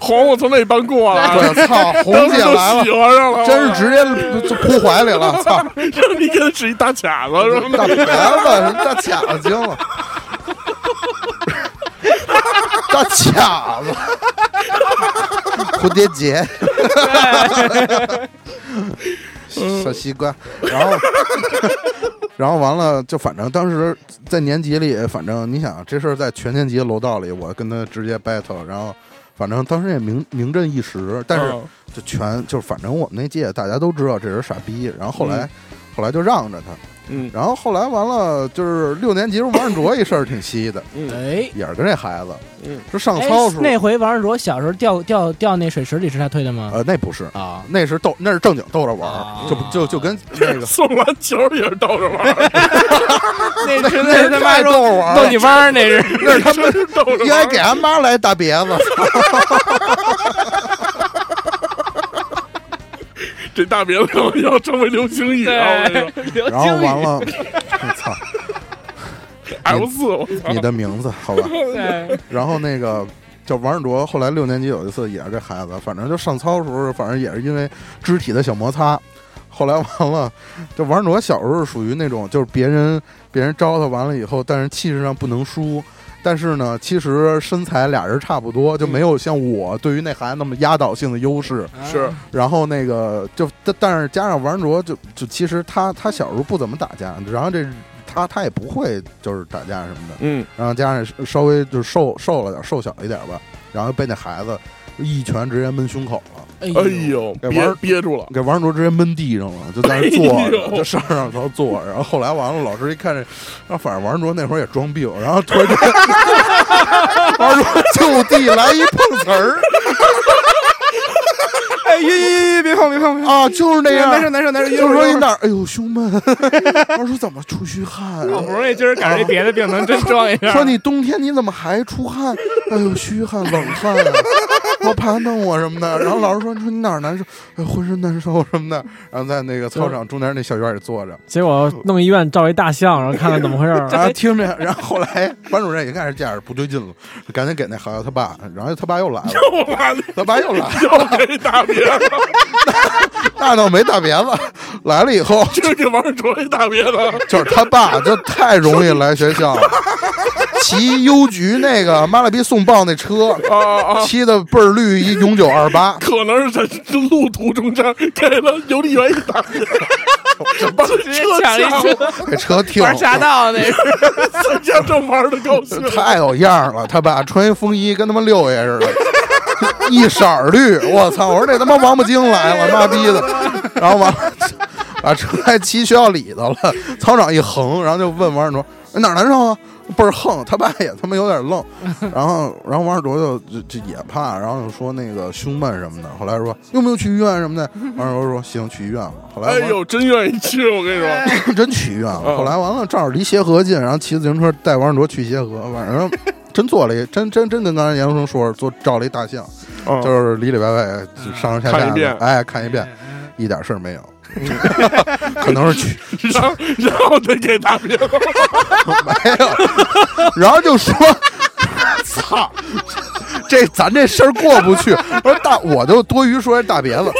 红我从那班过来，对，操，红当时姐就来了喜。欢上了， [laughs] 真是直接就扑怀里了，操！让你给他使一大卡子是吧？大瘸子，大卡子精啊了，大卡子，蝴蝶结，小西瓜，然后。然后完了，就反正当时在年级里，反正你想这事儿在全年级楼道里，我跟他直接 battle，然后反正当时也名名震一时， [laughs] 但是嗯就全就是反正我们那届大家都知道这人傻逼，然后后嗯来、后来就让着他，嗯然后后来完了就是六年级时候王振卓一事儿挺稀的，哎，也是跟这孩子，嗯，是上哎操时候，哎那回王世卓小时候掉掉掉那水池里是他推的吗？呃那不是，啊，那是逗，那是正经逗着玩儿，啊就不就就跟那个送篮球也是逗着玩儿， [laughs] [laughs] 那是那那是他妈太逗说着玩逗儿了，你玩儿那是， [laughs] 那是他真们是逗着玩儿应该给俺妈来大别 [laughs] 子，这大别子要成为流行语啊！我跟你说刘然后经完理了，我操， ，F 四，我操你！的名字好吧。对然后那个叫王振卓，后来六年级有一次也是这孩子，反正就上操的时候，反正也是因为肢体的小摩擦。后来完了，这王卓小时候是属于那种，就是别人别人招他完了以后，但是气势上不能输。但是呢，其实身材俩人差不多，就没有像我对于那孩子那么压倒性的优势。是 [laughs] 然后那个就，但但是加上王卓就就其实他他小时候不怎么打架，然后这他他也不会就是打架什么的，嗯，然后加上稍微就瘦瘦了点，瘦小一点吧，然后被那孩子一拳直接闷胸口了。哎哎呦，哎憋玩憋住了，给王卓直接闷地上了，就在那 [laughs] 坐哎着，呦就上上头坐着。然后后来完了，老师一看这，然后反正王卓那会儿也装病，然后 [laughs] 突然间，王卓就地来一碰瓷儿哎，别别别别碰，别碰，别碰！啊，就是那样，难受，难受，难受！就说一一会儿那儿，哎呦胸闷。 [laughs] 王卓怎么出虚汗一会儿好啊？不容易今儿赶上这别的病能真撞一下，说你冬天你怎么还出汗？哎呦，虚汗、冷汗、啊，我爬弄我什么的。然后老师说，说你哪儿难受？哎，浑身难受什么的。然后在那个操场中间那小院里坐着。结果弄医院照一大象，然后看看怎么回事 [laughs] 儿。然后听着，然后后来班主任一看是这样，不对劲了，赶紧给那孩子他爸，然后他爸又来了， [laughs] 我妈 [laughs] 的，他爸又来了，又给大别了，大脑没大别子，来了以后这给王卓一大别了，就是他爸就太容易来学校了，骑邮局那个妈了逼送报那车，啊啊！骑的倍儿绿一永久二八，可能是在这路途中间给了邮递员一大别，把车直接抢一抢了，给车停玩侠了。盗那是。三家正玩的高兴，太有样了，他爸穿一风衣跟他妈六爷似的， [laughs] 一色儿绿。我操！我说这他妈王八精来了，妈逼的！然后完了，把车还骑学校里头了，操场一横，然后就问王二卓哎哪儿难受啊？倍儿横，他爸也他妈有点 [laughs] 愣。然后，然后王二卓就就就也怕，然后就说那个胸闷什么的。后来说用不用去医院什么的，王二卓说行，去医院吧。后来 [laughs] 哎王呦，真愿意去，我跟你说，真去医院了。嗯后来完了，正好离协和近，然后骑自行车带王振卓去协和，晚 [laughs] 上真做了一真真真跟刚才严龙生说的，做照了一大象，嗯就是里里外外就上上下看下一的遍，嗯哎，看一遍，一点事儿 [laughs] 没有。可能是去然后然后再给大别 [laughs] 了，没有，然后就 [laughs] 说：“操，这咱这事儿过不去。”我说大，我就多余说这大别了。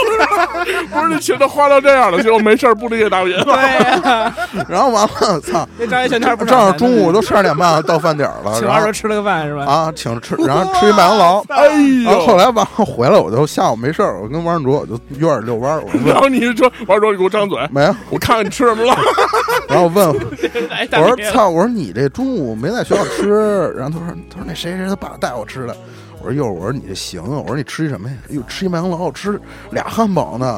不是这钱都花到这样了，结果没事儿不理给大别 [laughs] 了，对呀，然后完了，操，那张一全套不正好中午都十二点半了到饭点儿了，请然二后叔吃了个饭是吧？啊，请吃，然后吃一麦当劳，哎然后呦后。来晚上回来，我就下午没事儿，我跟王振卓我就院儿里遛弯儿，我就 [laughs] 然问后你说王卓，你给我张嘴，没有，我看看你吃什么了。然后我问哎，我说 [laughs] 操，我说你这中午没在学校吃，然后他说他说那谁谁他爸带我吃的，我说哟，我说你这行啊，我说你吃一什么呀？哟，吃一麦当劳，我吃俩汉堡呢，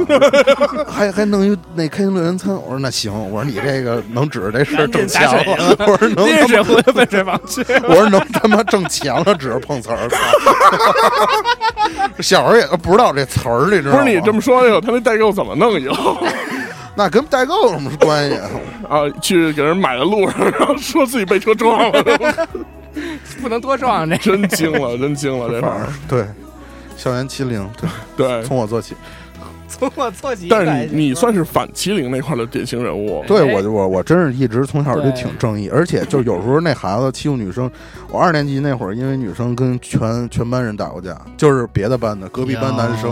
还还弄一那开心乐园餐，我说那行，我说你这个能指着这事儿挣钱了，我说能拎着他水妈壶就奔水房去。 [laughs] 我说能他妈挣钱了，指着碰瓷儿，操 [laughs] 小时候也呃不知道这词儿，你知道不吗？是你这么说，哎哟，他那代购怎么弄以后那跟代购有什么关系？啊？去给人买的路上，然后说自己被车撞了，不能多撞这。真惊了，真惊了，这 [laughs] 玩意儿。 [laughs] 对，校园欺凌，对，对，从我做起。从我做起，但是你你算是反欺凌那块的典型人物。对哎我就我我真是一直从小就挺正义，而且就有时候那孩子欺负女生，我二年级那会儿因为女生跟全全班人打过架，就是别的班的隔壁班男生，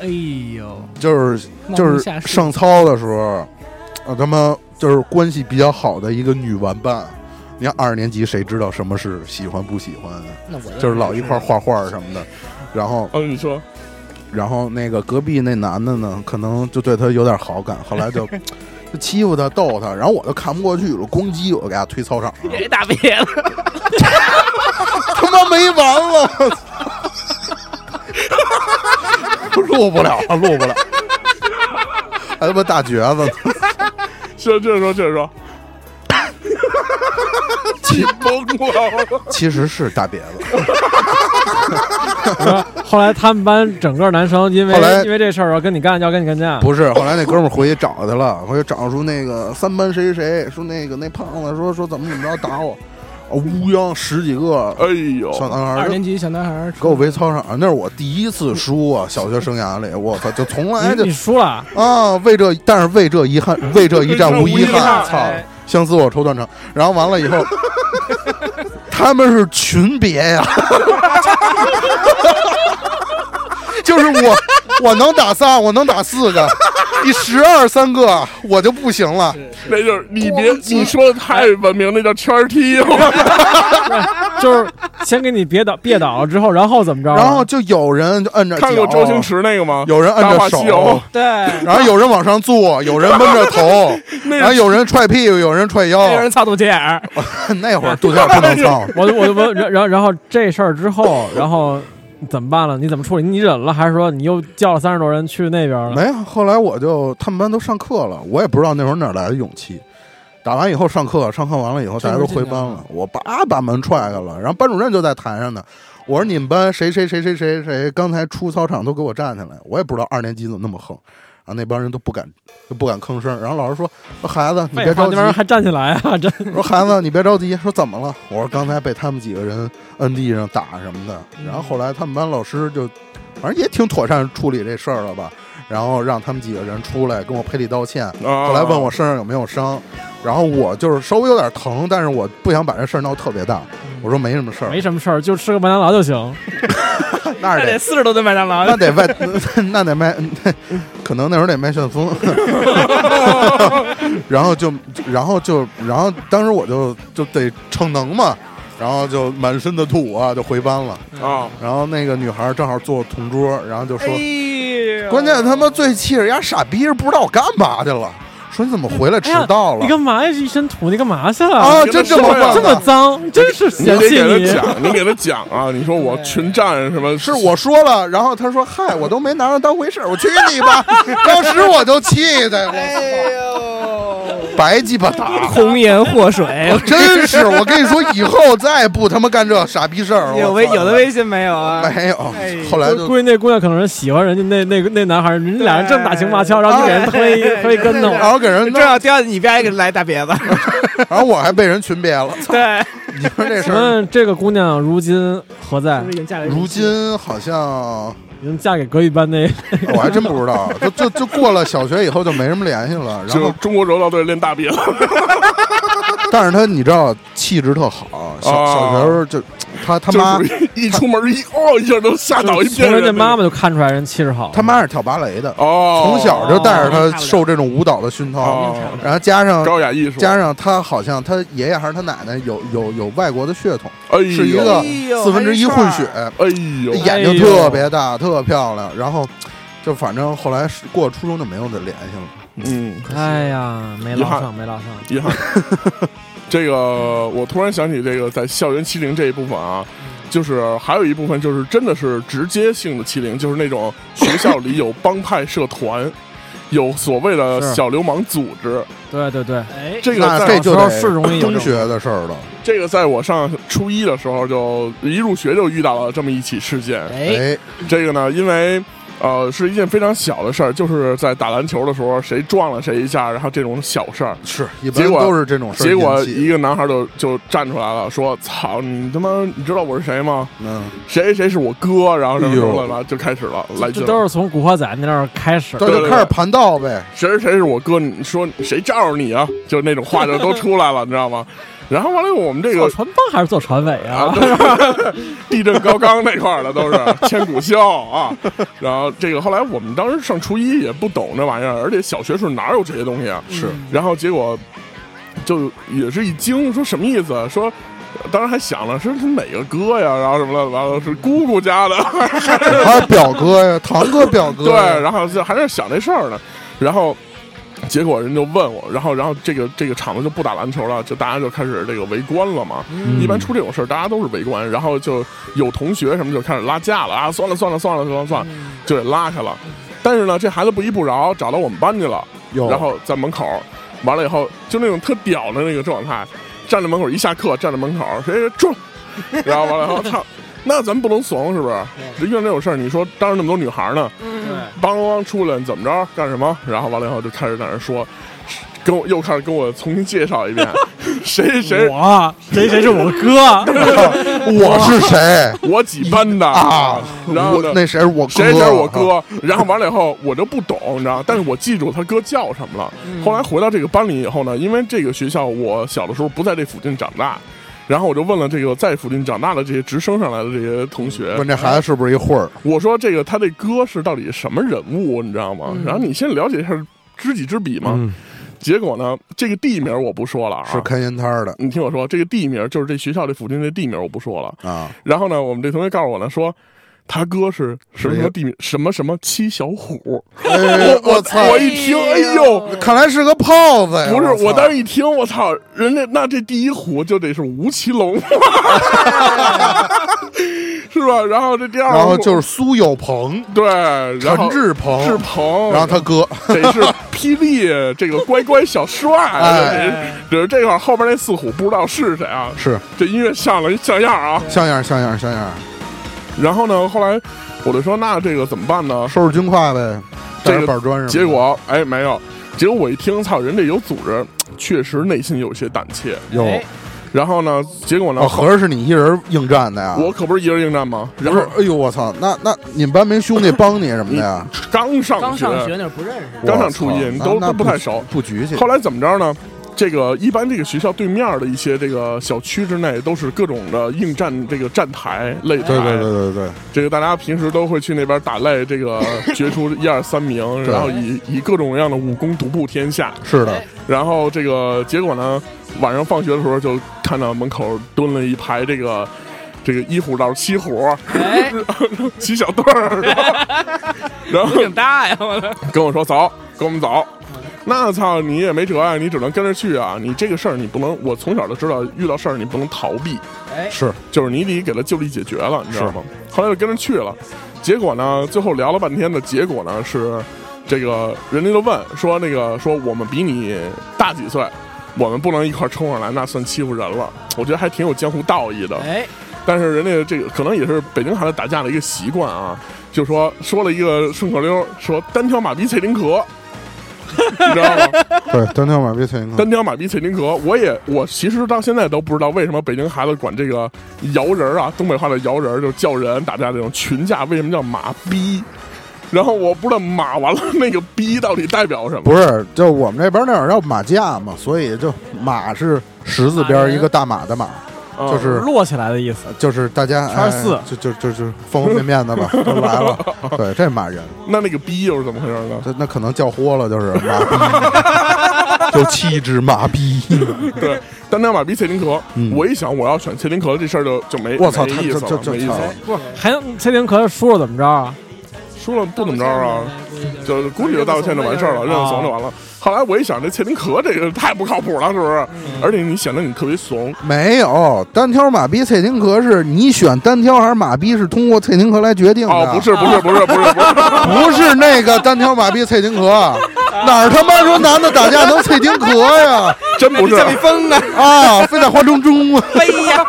哎呦，就是望就不是下视上操的时候，啊他妈就是关系比较好的一个女玩伴。你看二年级谁知道什么是喜欢不喜欢啊？那我就是老一块儿画画什么的，然后哦，你说然后那个隔壁那男的呢，可能就对他有点好感，后来就 [laughs] 就欺负他、逗他，然后我就看不过去了，攻击我，给他推操场上，别大别 [laughs] 了，他妈没完了， [laughs] 我操录不了了，录不了，还他妈大橛子呢，啊接着说，接着说。气崩了！其实是大别 [laughs] 子，然后后来他们班整个男生因为后来因为这事儿，然后跟你干，要跟你干架。不是。后来那哥们儿回去找他了，回去找说那个三班谁谁谁，说那个那胖子说说怎么怎么着打我，啊乌泱十几个哎呦，小男孩二儿就年级小男孩儿给我围操场，那是我第一次输啊！小学生涯里，我操，就从来你就你输了，啊，为这，但是为这 [laughs] 遗憾，为这一战无遗为这无遗憾，憾操哎，相思我愁断肠。然后完了以 [laughs] 后，他们是群别呀， [laughs] 就是我我能打仨，我能打四 [laughs] 个，你十二三个我就不行了。那就是你别你说的太文明，那叫圈踢。 [laughs] 啊就是先给你憋倒，憋倒了之后，然后怎么着啊？然后就有人就摁着看过脚周星驰那个吗？有人摁大着话手西，游对，然后有人往上坐，有人闷着 [laughs] 头，然后有人踹屁股，有人踹腰。有人擦肚脐眼儿， [laughs] 那 [laughs] 会儿肚脐眼不能操，我我我，然然然后这事儿之后，然后怎么办了？你怎么处理？你忍了，还是说你又叫了三十多人去那边了？没有。后来我就他们班都上课了，我也不知道那会儿哪来的勇气。打完以后上课，上课完了以后大家都回班了，我叭把门踹开了，然后班主任就在台上呢。我说你们班谁谁谁谁谁谁刚才出操场都给我站起来，我也不知道二年级怎么那么横，然后那帮人都不敢都不敢吭声。然后老师说孩子你废别话，着那急边，人还站起来啊！这我说孩子，你别着急。说怎么了？我说刚才被他们几个人摁地上打什么的。然后后来他们班老师就，反正也挺妥善处理这事儿了吧。然后让他们几个人出来跟我赔礼道歉。啊后来问我身上有没有伤，然后我就是稍微有点疼，但是我不想把这事儿闹特别大。我说没什么事儿，没什么事儿，就吃个麦当劳就行。那那是得得四十多顿麦当劳那，得卖，那得卖，可能那时候得卖旋 [laughs] 风。然后就，然后就，然后当时我就就得逞能嘛，然后就满身的土啊，就回班了。啊，然后那个女孩正好坐我同桌，然后就说，哎呦关键他妈最气是丫傻逼是不知道我干嘛去了，说你怎么回来迟到了你？干哎嘛呀？一身土，你干嘛去了？啊，真这么这么办这么的？脏，真是你嫌得弃给他你。讲，你给他讲啊！你说我群战什么？是我说了，然后他说：“嗨，我都没拿他当回事儿，我去你 [laughs] 吧！”当时我就气的，哎我呦，哎操白鸡巴打，红颜祸水 [laughs] 我真是，我跟你说，以后再也不他妈干这傻逼事儿。有我微操有的微信没有 [laughs] 啊？没有哎，后来估就估计那姑娘可能是喜欢人家那那个那男孩儿，人家俩人正打情骂俏，然后你给人哎推一推一跟头对。然后给人正弄，要掉进你边，给来大 [laughs] 别子。然后我还被人群别了。 [laughs] 对，你说这事请儿，问这个姑娘如今何在是？已经嗯嫁给人如今好像已经嫁给隔壁班 [laughs] 那我还真不知道，就就就过了小学以后就没什么联系了。然就后，中国柔道队练大别了，但是他你知道气质特好，小啊哦小学时候就他 [laughs] 他就妈属于一出门一哦一下都吓倒一片从人家人。妈妈就看出来人气质好。他妈是跳芭蕾的，哦，从小就带着他受这种舞蹈的熏陶，哦然后加上高雅艺术，啊加上他好像他爷爷还是他奶奶有有有外国的血统，哎呦是一个四分之一混血，哎呦，呀眼睛特别大，特漂亮。然后就反正后来是过初中就没有再联系了。嗯，哎呀，没遗捞憾上，没捞上。遗憾。 [laughs] 这个我突然想起这个在校园欺凌这一部分啊，就是还有一部分就是真的是直接性的欺凌，就是那种学校里有帮派社 [laughs] 团，有所谓的是小流氓组织。对对对，哎，这个那在这就得是容易有这中种学的事儿了。这个在我上初一的时候就一入学就遇到了这么一起事件。哎，哎，这个呢，因为呃是一件非常小的事儿，就是在打篮球的时候谁撞了谁一下，然后这种小事儿。是一结般果都是这种事儿结果引起一个男孩就就站出来了，说：“操你他妈，你知道我是谁吗？嗯，谁谁谁是我哥？”然后什么什么哎呦乱七八糟就开始了，来这劲都了。是从《古惑仔》那儿开始。这对就开始盘道 [laughs] 呗。谁谁谁是我哥？你说谁罩着你啊？就那种话就都出来了，你知道吗？ [laughs] 然后完了，我们这做个船帮还是做船尾啊，啊？都是地震高岗那块儿的都是千古笑啊。然后这个后来我们当时上初一也不懂这玩意儿，而且小学时候哪有这些东西啊？是，然后结果就也是一惊，说什么意思啊？说。当时还想了，说是哪个哥呀，然后什么的，完了是姑姑家的，还有表哥呀，堂哥表哥 [laughs] 对，呀。然后就还在想这事儿呢，然后结果人就问我，然后然后这个这个场子就不打篮球了，就大家就开始这个围观了嘛。嗯一般出这种事儿，大家都是围观，然后就有同学什么就开始拉架了啊，算了算了算了算了算了，就给拉开了。但是呢，这孩子不依不饶，找到我们班去了，有然后在门口，完了以后就那种特屌的那个状态，站在门口一下课站在门口，谁谁住，然后完了以后操。那咱们不能怂，是不是？遇上这种事儿，你说当着那么多女孩儿呢，梆梆梆出来，你怎么着干什么？然后完了以后就开始在那儿说，跟我又开始跟我重新介绍一遍，谁谁我谁谁是我哥？ [laughs] 我是谁我几班的啊？然后我呢那谁是我哥？啊谁谁是我？哥，然后完了以后我就不懂，你知道，但是我记住他哥叫什嗯么了。后来回到这个班里以后呢，因为这个学校我小的时候不在这附近长大，然后我就问了这个在附近长大的这些直升上来的这些同学，问这孩子是不是一混儿？我说这个他这哥是到底什么人物，你知道吗？嗯然后你先了解一下知己知彼嘛。嗯，结果呢，这个地名我不说了啊，是开烟摊儿的你听我说，这个地名就是这学校这附近这地名我不说了。啊？ [laughs] 然后呢，我们这同学告诉我呢，说他哥是什么是什一个么地名，什么什么七小虎。哎，我操！我一听，哎呦，看来是个炮子呀！不是，我操当时一听，我操，人家那这第一虎就得是吴奇隆， [laughs] 是吧？然后这第二虎，然后就是苏有朋、对，然后陈志朋，志鹏，然后他哥，得是霹雳这个乖乖小帅 [laughs] 哎，只是这块儿后边那四虎不知道是谁啊，是这音乐上了像样啊。像样像样像样，然后呢，后来我就说那这个怎么办呢？收拾军挎呗，这个带着板砖什么的。结果哎没有，结果我一听，操，人这有组织，确实内心有些胆怯。哟，然后呢，结果呢，哦，合着是你一人应战的呀？我可不是一人应战吗？然不后是，哎呦我操！那那你们班没兄弟帮你什么的呀？刚上刚上学学，那会儿不认识，刚上我操初一那都那都不太熟不局气。后来怎么着呢？这个一般这个学校对面的一些这个小区之内都是各种的应战这个站台擂台，对对对对对，这个大家平时都会去那边打擂，这个决出一二三名，对然后以以各种各样的武功独步天下。是的，然后这个结果呢，晚上放学的时候就看到门口蹲了一排这个这个一虎到七虎， [laughs] 哎，骑小队儿， [laughs] 然后然后挺大呀，我的。跟我说走，跟我们走。那操，你也没辙啊，你只能跟着去啊。你这个事儿你不能，我从小就知道，遇到事儿你不能逃避，哎是就是你得给他就地解决了，你知道吗？后来就跟着去了，结果呢，最后聊了半天的结果呢是，这个人家就问说那个说我们比你大几岁，我们不能一块儿冲上来，那算欺负人了。我觉得还挺有江湖道义的。哎，但是人家这个可能也是北京孩子打架的一个习惯啊，就说说了一个顺口溜，说单挑马逼脆丁 [laughs] 壳，你知道吗？对，单挑马必崔宁克单挑马逼脆丁壳，我也我其实到现在都不知道为什么北京孩子管这个摇人儿啊，东北话的摇人儿就是叫人打架这种群架，为什么叫马逼？然后我不知道马完了那个逼到底代表什么。 [laughs] 不是，就我们这边那会儿叫马架嘛，所以就马是十字边儿一个大马的马，嗯就是摞起来的意思。就是大家圈儿四哎就就就就方方面面 [laughs] 的吧，都来了。对，这马人，那那个逼又是怎么回事 [laughs] 呢？这那可能叫豁了，就是马逼，有 [laughs] 七只马逼。对，单挑马逼脆丁壳，嗯我一想我要选脆丁壳这事儿就就没我操，没他意这思这了，这没意思了。不是，还能崔丁壳输了怎么着啊？输了不怎么着啊，就是估计就道歉就完事儿了，嗯认怂就哦完了。后来我一想，这切丁壳这个太不靠谱了，是不是？嗯而且你显得你特别怂，没有单挑马逼蔡丁壳是你选单挑还是马逼是通过蔡丁壳来决定的，哦，不是不是不是不是不是，不是那个单挑马逼蔡丁壳，哪儿他妈说男的打架能蔡丁壳呀？真不是，风啊！啊，非得画中中，哎呀，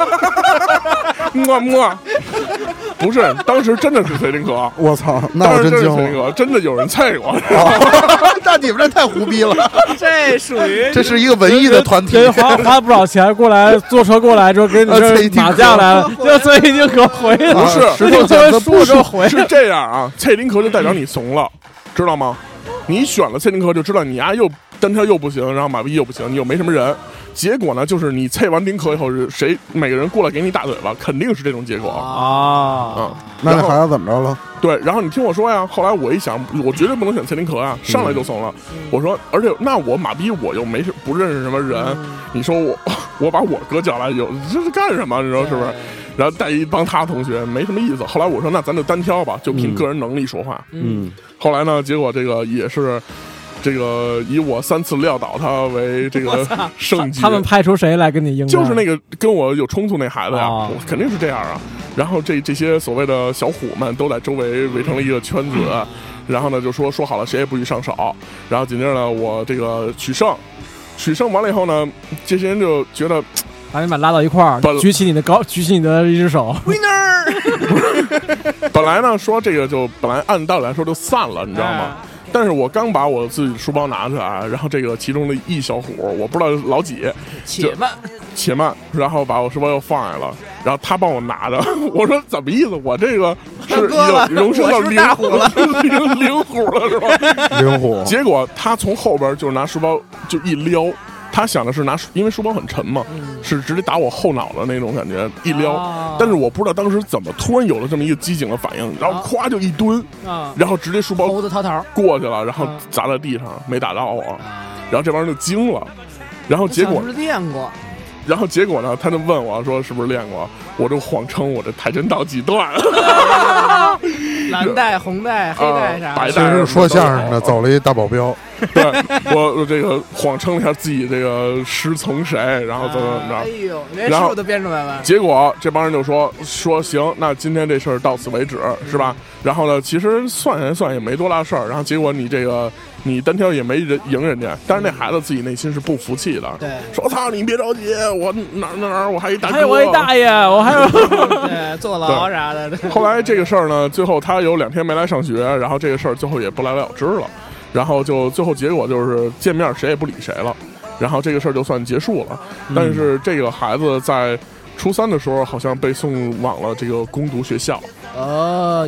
么么，不是，当时真的是切丁壳。我操，那当我时真真是惊切丁了。壳，真的有人菜过， [laughs] 啊那你们这太胡 [laughs] 逼了，这属于这是一个文艺的团体人。家花花不少钱过来，坐车过来之后跟你啊这崔丁打壳架来了，就崔丁壳回来啊了，不是石头剪子布输就回是这样啊，切丁壳就代表你怂了，知道吗？你选了切丁壳，就知道你丫、又单挑又不行，然后马逼又不行，你又没什么人。结果呢，就是你切完丁壳以后，是谁每个人过来给你一大嘴巴，肯定是这种结果。啊！啊，那那孩子怎么着了？对，然后你听我说呀，后来我一想，我绝对不能选切丁壳嗯啊，上来就怂了。我说，而且那我马逼我又没事不认识什么人，嗯你说我 [laughs] 我把我哥叫来有这是干什么？你说是不是？然后带一帮他同学没什么意思。后来我说那咱就单挑吧，就凭个人能力说话。嗯，后来呢，结果这个也是。这个以我三次撂倒他为这个胜局，他们派出谁来跟你应战？就是那个跟我有冲突那孩子呀，哦我肯定是这样啊。然后这这些所谓的小虎们都在周围围成了一个圈子， [laughs] 然后呢就说说好了谁也不许上手，然后紧接着呢我这个取胜，取胜完了以后呢，这些人就觉得 [laughs] 把你们拉到一块儿本，举起你的高，举起你的一只 [laughs] 手，本来呢说这个就本来按道理来说就散了，你知道吗？但是我刚把我自己的书包拿出来，然后这个其中的一小伙，我不知道老几，且慢，且慢，然后把我书包又放下了，然后他帮我拿着。我说怎么意思？我这个大是哥了已经荣升到我是零大虎 [laughs] 了，零零虎了是吧？ [laughs] 灵虎结果他从后边就是拿书包就一撩，他想的是拿书，因为书包很沉嘛，嗯是直接打我后脑的那种感觉，一撩。哦啊但是我不知道当时怎么突然有了这么一个机警的反应，然后咵就一蹲，啊，然后直接书包猴 [laughs] 子掏桃儿，过去了，然后啊砸在地上，没打到我，然后这帮人就惊了，然后结小果时候练过，然后结果呢，他就问我说是不是练过，我就谎称我这跆拳道几段，啊蓝带、红带、黑带啊啥白的，其实说相声的走了一大保镖， [laughs] 对我我这个谎称了一下自己这个师从谁，然后怎么怎么哎着。呦，连然后数都编出来 [laughs] 了。结果这帮人就说说行，那今天这事儿到此为止，嗯是吧？然后呢，其实算下来算也没多大事儿。然后结果你这个你单挑也没人赢人家，但是那嗯孩子自己内心是不服气的，对说我操你别着急，我哪哪哪儿我还一大哥，啊还有哎我一大爷，我还 [laughs] 有对，坐牢啥的， [laughs] 对后来这个事儿呢，最后他有两天没来上学，然后这个事儿最后也不了了之了，然后就最后结果就是见面谁也不理谁了，然后这个事儿就算结束了。但是这个孩子在初三的时候好像被送往了这个攻读学校，哦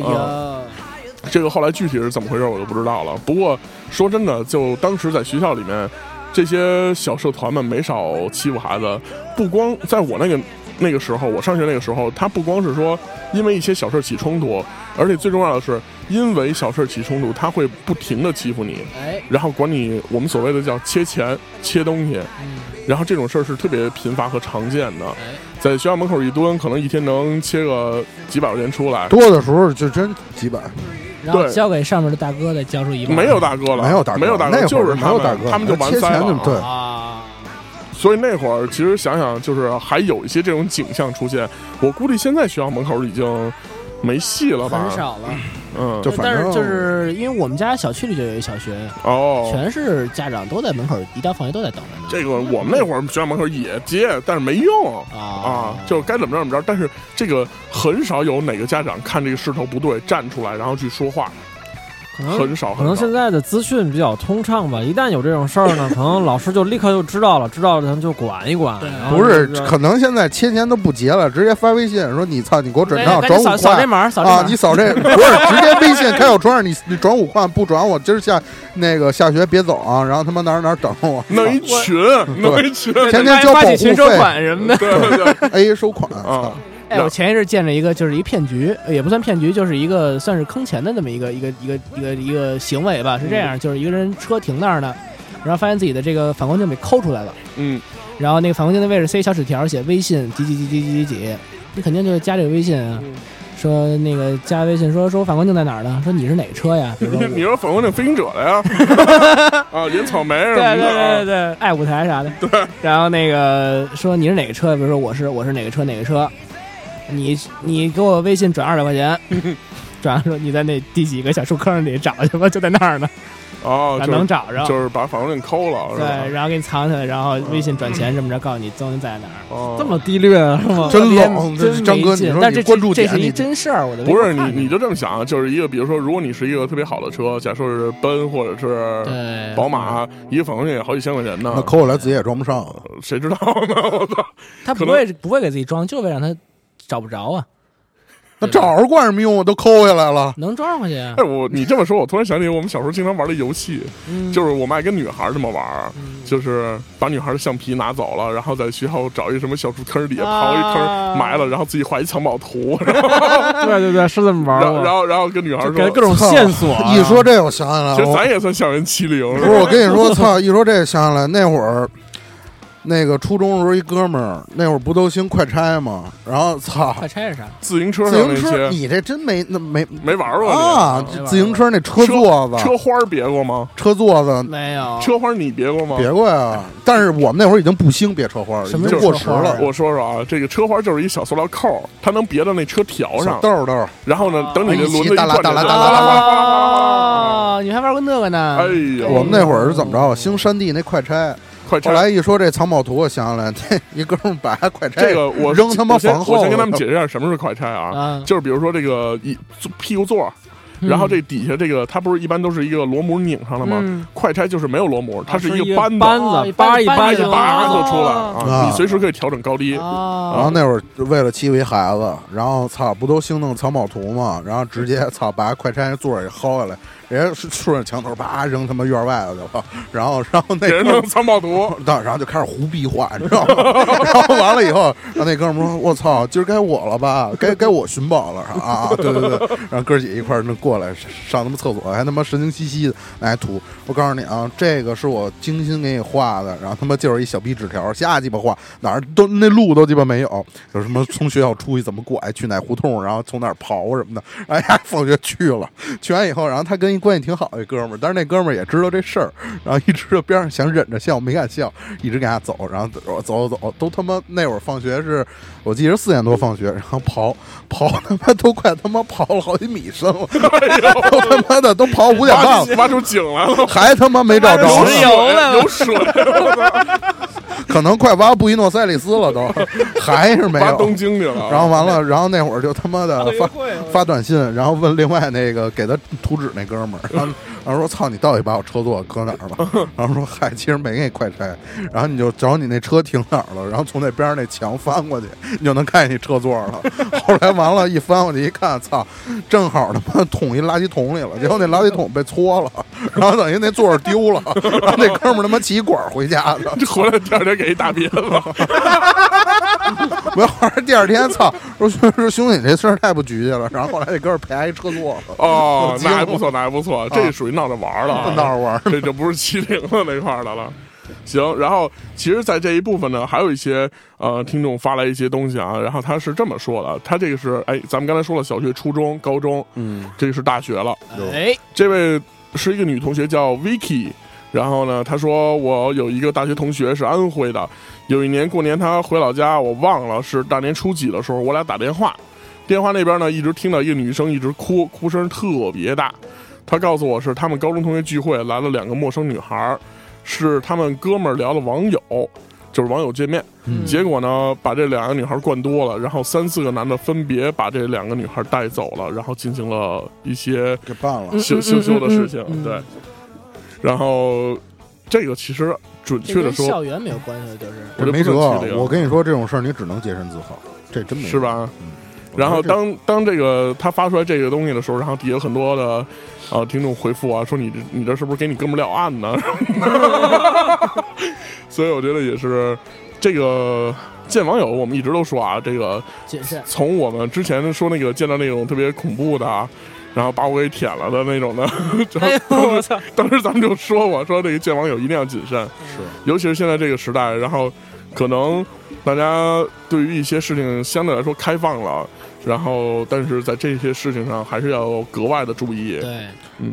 哦哟， [laughs] 这个后来具体是怎么回事我就不知道了。不过说真的，就当时在学校里面，这些小社团们没少欺负孩子。不光在我那个那个时候，我上学那个时候，他不光是说因为一些小事起冲突，而且最重要的是，因为小事起冲突，他会不停的欺负你，哎，然后管你我们所谓的叫切钱、切东西，嗯然后这种事儿是特别频繁和常见的。在学校门口一蹲，可能一天能切个几百块钱出来。多的时候就真几百，然后对交给上面的大哥再交出一万，没有大哥了，没有大哥，没有大那会儿就是没他有们大哥，他们就完切塞钱了就啊。对，啊，所以那会儿其实想想，就是还有一些这种景象出现。我估计现在学校门口已经没戏了吧很？少了。嗯，就反但正是就是因为我们家小区里就有一小学，哦，全是家长都在门口，一到放学都在等着呢。这个我们那会儿学校门口也接，但是没用。啊啊，就是该怎么着怎么着，但是这个很少有哪个家长看这个势头不对站出来，然后去说话，可能很少可很能少现。在的资讯比较通畅吧，一旦有这种事儿 [laughs] 呢，可能老师就立刻就知道了，知道了咱们就管一管。然后不是就，可能现在切钱都不结了，直接发微信说你操，你给我转账赶紧转五扫扫这块。码儿，扫这码啊！儿。 [laughs] 你扫这不是直接微信开小窗，你你转五块不转我今儿下那个下学别走啊！然后他妈哪儿哪儿等我，弄一 [laughs] 群，弄一群，对天天交发保哎起护群收费款什么的，对 [laughs] 对， ，A 收款，操啊，哎，我前一阵见着一个，就是一骗局，呃也不算骗局，就是一个算是坑钱的那么一个一个一个一个一个行为吧。是嗯这样，就是一个人车停那儿呢，然后发现自己的这个反光镜被抠出来了，嗯，然后那个反光镜的位置塞一小纸条，写微信几几几几几几几，你肯定就是加这个微信啊。嗯说那个加微信说说我反光镜在哪儿呢？说你是哪车呀？比如 [laughs] 你说 [laughs] 你说粉红那飞行者的呀， [laughs] 啊，连草莓什对么对对的对对，爱舞台啥的。对。然后那个说你是哪个车？比如说我是我是哪个车哪个车，你你给我微信转二百块钱，转完说你在那第几个小树坑里找去吧，就在那儿呢，啊，哦，就是能找着。就是把反光镜抠了，是对，吧？啊然后给你藏起来，然后微信转钱这么着，告诉你踪迹在哪儿。哦这么低劣是吗？真别冷，这真张哥，没你劲说但你这关注这点是一你真事儿，我的微不信是看你，你就这么想，啊就是一个，比如说，如果你是一个特别好的车，假设是奔或者是对宝，马，啊一个反光镜也好几千块钱呢那，抠过来自己也装不上嗯了。谁知道呢？ [laughs] 我操！他不可能会不会给自己装，就为让他找不着啊，那找着管什么用？我都抠下来了。能装上去啊哎，。我你这么说，我突然想起我们小时候经常玩的游戏，嗯就是我们爱跟女孩这么玩儿，嗯就是把女孩的橡皮拿走了，然后在学校找一个什么小树坑底下刨一啊坑埋了，然后自己画一藏宝 [laughs] 图，然后对对对，是这么玩然后然儿后然后跟女孩说，的。给各种操线索啊，一说这，我想起来其实了，我咱也算校园欺凌，不是我跟你说，操！一说这想起来，那会儿那个初中的时候，一哥们儿那会儿不都兴快拆吗？然后操，快拆是啥？自行车自上行那车，些你这真没那没没玩过啊你？没玩自行车那车座子，车啊花儿别过吗？车座子没有车花儿你别过吗？啊别过呀。但是我们那会儿已经不兴别车花了，已什经么是过车时花了。我说说啊，这个车花就是一小塑料扣儿，它能别到那车条小上，豆哎豆，然后呢，等你这轮子一起哒啦转哒啦就啊哒啦哒啦哦，你还玩过那个呢？哎呦，我们那会儿是怎么着？兴山地那快拆，快后拆！来一说这藏宝图，我想起 [laughs] 来，这一哥们儿把快拆这个我扔他妈我先房后我先跟他们了解释一下什么是快拆啊，嗯啊，就是比如说这个一屁股座儿，然后这底下这个它不是一般都是一个螺母拧上的吗？嗯，啊快拆就是没有螺母，它是一一个扳扳扳子，子，哦一一扳扳哦一子就拔拔就出来啊啊，你随时可以调整高低。然后哦，那会儿为了欺负一孩子，然后操不都兴弄藏宝图嘛，然后直接操把快拆那座儿给薅下来，人家顺着墙头叭扔他妈院外头去了，然后然后那给人哥们弄藏宝 [laughs] 图，对，然后就开始胡逼话，你知道吗？然后完了以后，然后那哥们说：“我操，今儿该我了吧？该该我寻宝了。”啊啊，对对对。然后哥儿几一块儿那过来上他妈厕所，还他妈神经兮兮的拿图。我告诉你啊，这个是我精心给你画的，然后他妈就是一小逼纸条，瞎鸡巴画，哪儿都那路都鸡巴没有，有什么从学校出去怎么拐，去哪胡同，然后从哪儿刨什么的。哎呀，放学去了，去完以后，然后他跟一关系挺好的一哥们儿，但是那哥们儿也知道这事儿，然后一直就边上想忍着笑，没敢笑，一直给他走，然后走走走，都他妈那会儿放学是，我记得是四点多放学，然后刨刨他妈都快他妈刨了好几米深 [laughs] 了，哎都他妈的都刨五点半挖了出，挖出井来了，还他妈没找着挖出呢石油了有水，我操可能快挖布宜诺塞利斯了都，还是没挖有东。京去了。然后完了，然后那会儿就他妈的发发短信，然后问另外那个给他图纸那哥们儿，然后然后说：“操，你到底把我车座搁哪儿了？”然后说：“嗨，其实没给你快拆，然后你就找你那车停哪儿了，然后从那边儿那墙翻过去，你就能看见你车座了。” [laughs] 后来完了，一翻过去一看，操，正好他妈捅一垃圾桶里了，结果那垃圾桶被搓了，然后等于那座儿丢了，然后那哥们儿他妈骑一管儿回家的。这回来第二天给一大鞭子， [laughs] 我要是第二天，操！说兄说兄弟，你这事儿太不局气了。然后后来那哥们儿赔还一车座了，哦，那还不错，那还不错，这属于闹着玩儿了啊，闹着玩儿。这就不是欺凌了那块儿的了。行，然后其实，在这一部分呢，还有一些呃听众发来一些东西啊，然后他是这么说的，他这个是哎，咱们刚才说了小学、初中、高中，嗯，这个是大学了。哎，这位是一个女同学叫 Vicky，然后呢，她说我有一个大学同学是安徽的，有一年过年她回老家，我忘了是大年初几的时候，我俩打电话，电话那边呢一直听到一个女生一直哭，哭声特别大。她告诉我是他们高中同学聚会来了两个陌生女孩儿，是他们哥们儿聊了网友，就是网友见面。嗯结果呢，把这两个女孩灌多了，然后三四个男的分别把这两个女孩带走了，然后进行了一些给办了，羞羞羞的事情，对。然后这个其实准确这的跟说，校园没有关系，就是我就没辙。不能去这个我跟你说，这种事儿你只能洁身自好，这真没辙是？吧？我觉得然后这当当这个他发出来这个东西的时候，然后底下很多的呃听众回复啊，说你这你这是不是给你哥们儿撂案呢？ [laughs] 所以我觉得也是这个见网友，我们一直都说啊，这个谨慎。从我们之前说那个见到那种特别恐怖的啊，然后把我给舔了的那种的， [laughs] 哎呦我哦操！当时咱们就说过，说这个见网友一定要谨慎，是尤其是现在这个时代，然后可能大家对于一些事情相对来说开放了，然后但是在这些事情上还是要格外的注意。对，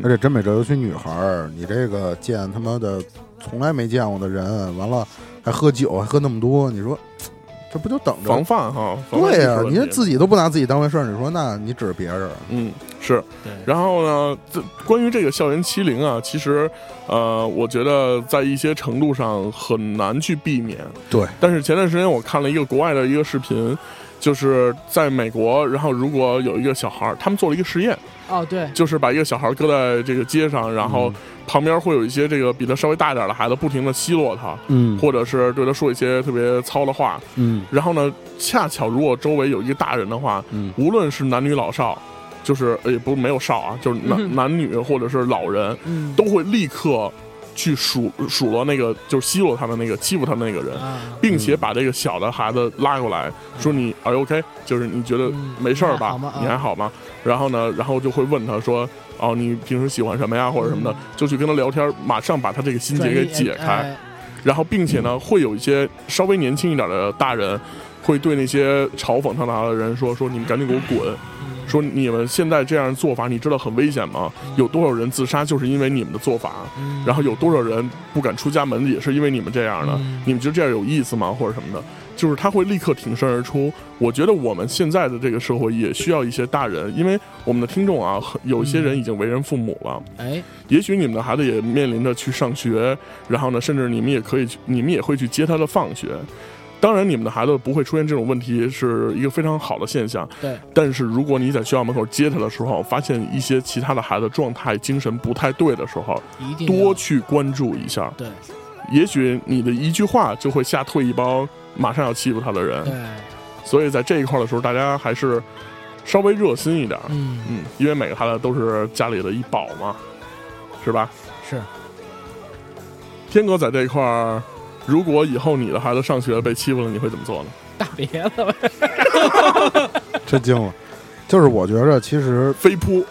而且真没辙，尤其女孩儿，你这个见他妈的从来没见过的人，完了还喝酒，还喝那么多，你说嘖这不就等着防？范哈，防范对这呀个，问你题这自己都不拿自己当回事儿，你说那你指着别人？嗯，是对。然后呢，这关于这个校园欺凌啊，其实呃，我觉得在一些程度上很难去避免。对。但是前段时间我看了一个国外的一个视频，就是在美国，然后如果有一个小孩儿，他们做了一个实验，哦对，就是把一个小孩搁在这个街上，然后嗯旁边会有一些这个比他稍微大一点的孩子不停的奚落他，嗯或者是对他说一些特别糙的话。嗯然后呢，恰巧如果周围有一个大人的话，嗯无论是男女老少，就是呃也不是没有少啊，就是男、 [laughs] 嗯男女或者是老人，嗯都会立刻去数数落那个就是奚落他的那个欺负他的那个人，啊，并且把这个小的孩子拉过来，说你 are you OK，就是你觉得嗯没事儿还吧好吗？啊你还好吗？然后呢，然后就会问他说，哦，你平时喜欢什么呀，或者什么的，就去跟他聊天，马上把他这个心结嗯转移哎给解开。，然后，并且呢，会有一些稍微年轻一点的大人，会对那些嘲讽他的人说：“说你们赶紧给我滚！说你们现在这样做法，你知道很危险吗？有多少人自杀就是因为你们的做法？然后有多少人不敢出家门也是因为你们这样的？你们觉得这样有意思吗？或者什么的？”就是他会立刻挺身而出。我觉得我们现在的这个社会也需要一些大人，因为我们的听众啊，很有一些人已经为人父母了。哎，也许你们的孩子也面临着去上学，然后呢，甚至你们也可以去，你们也会去接他的放学。当然，你们的孩子不会出现这种问题，是一个非常好的现象。对。但是，如果你在学校门口接他的时候，发现一些其他的孩子状态、精神不太对的时候，一定要多去关注一下。对也许你的一句话就会吓退一帮马上要欺负他的人。对，所以，在这一块的时候，大家还是稍微热心一点。嗯， [laughs] 嗯，因为每个孩子都是家里的一宝嘛。是吧？是。天哥在这一块儿，如果以后你的孩子上学被欺负了，你会怎么做呢？大别了吧，真惊了。就是我觉着其实飞扑，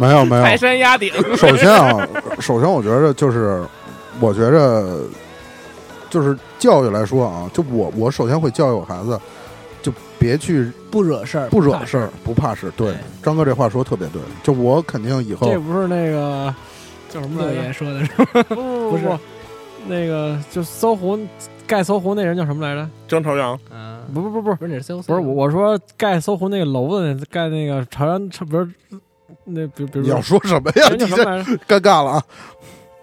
没 [laughs] 有没有，泰山压顶， [laughs] 首先啊，首先我觉着就是，我觉着就是教育来说啊，就我我首先会教育我孩子，就别去不惹事儿，不惹怕事儿，不怕事。对嗯对，张哥这话说得特别对，就我肯定以后这不是那个叫什么乐来爷着？说的是不不不不，那个就搜狐盖搜狐那人叫什么来着？张朝阳，啊，不不不不是不是你是 COC，不是我我说盖搜狐那个楼的那盖那个朝阳，不是那比比如你要说什么呀？人你叫 [laughs] 什么这来着？尴尬了啊！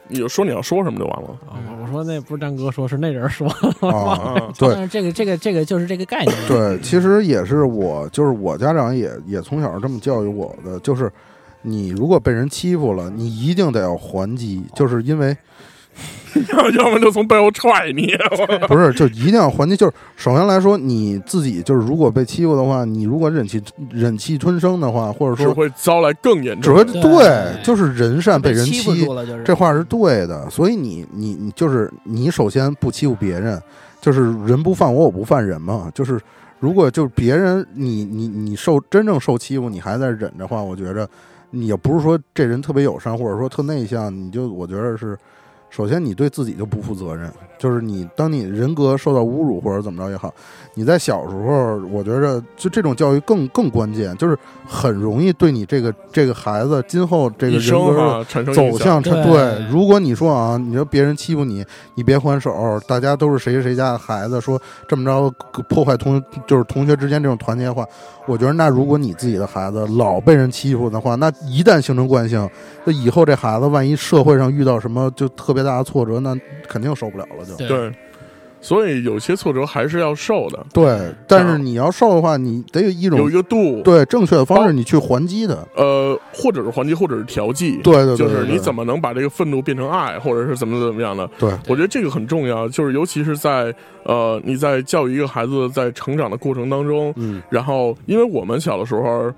你就说你要说什么就完了。啊我我说那不是张哥说，是那人说。啊，啊，对但是这个这个这个就是这个概念，对，其实也是我，就是我家长也也从小这么教育我的，就是你如果被人欺负了，你一定得要还击，就是因为要啊要么就从背后踹 [laughs] 你。 [laughs] 不是，就一定要还击。就是首先来说，你自己就是如果被欺负的话，你如果忍气忍气吞声的话，或者只说会招来更严只重会的。对就是人善被人欺负欺住，了就是这话是对的。所以你你你就是你首先不欺负别人，就是人不犯我，我不犯人嘛。就是如果就是别人你你你受真正受欺负，你还在忍的话，我觉着你也不是说这人特别友善，或者说特内向，你就我觉着是。首先，你对自己就不负责任，就是你当你人格受到侮辱或者怎么着也好，你在小时候，我觉着就这种教育更更关键，就是很容易对你这个这个孩子今后这个一人格生的哈产生走影响。向成对对。如果你说啊，你说别人欺负你，你别还手，大家都是谁谁谁家的孩子，说这么着破坏同就是同学之间这种团结的话，我觉得那如果你自己的孩子老被人欺负的话，那一旦形成惯性，那以后这孩子万一社会上遇到什么就特别大的挫折，那肯定受不了了就。对对，所以有些挫折还是要受的，对，但是你要受的话，你得有一有种一个度。，对正确的方式你去还击他。呃，或者是还击，或者是调剂。对对对，就是你怎么么能把这个愤怒变成爱，或者是怎么怎么样的？对我觉得这个很重要，就是尤其是在呃你在教育一个孩子在成长的过程当中，嗯然后因为我们小的时候。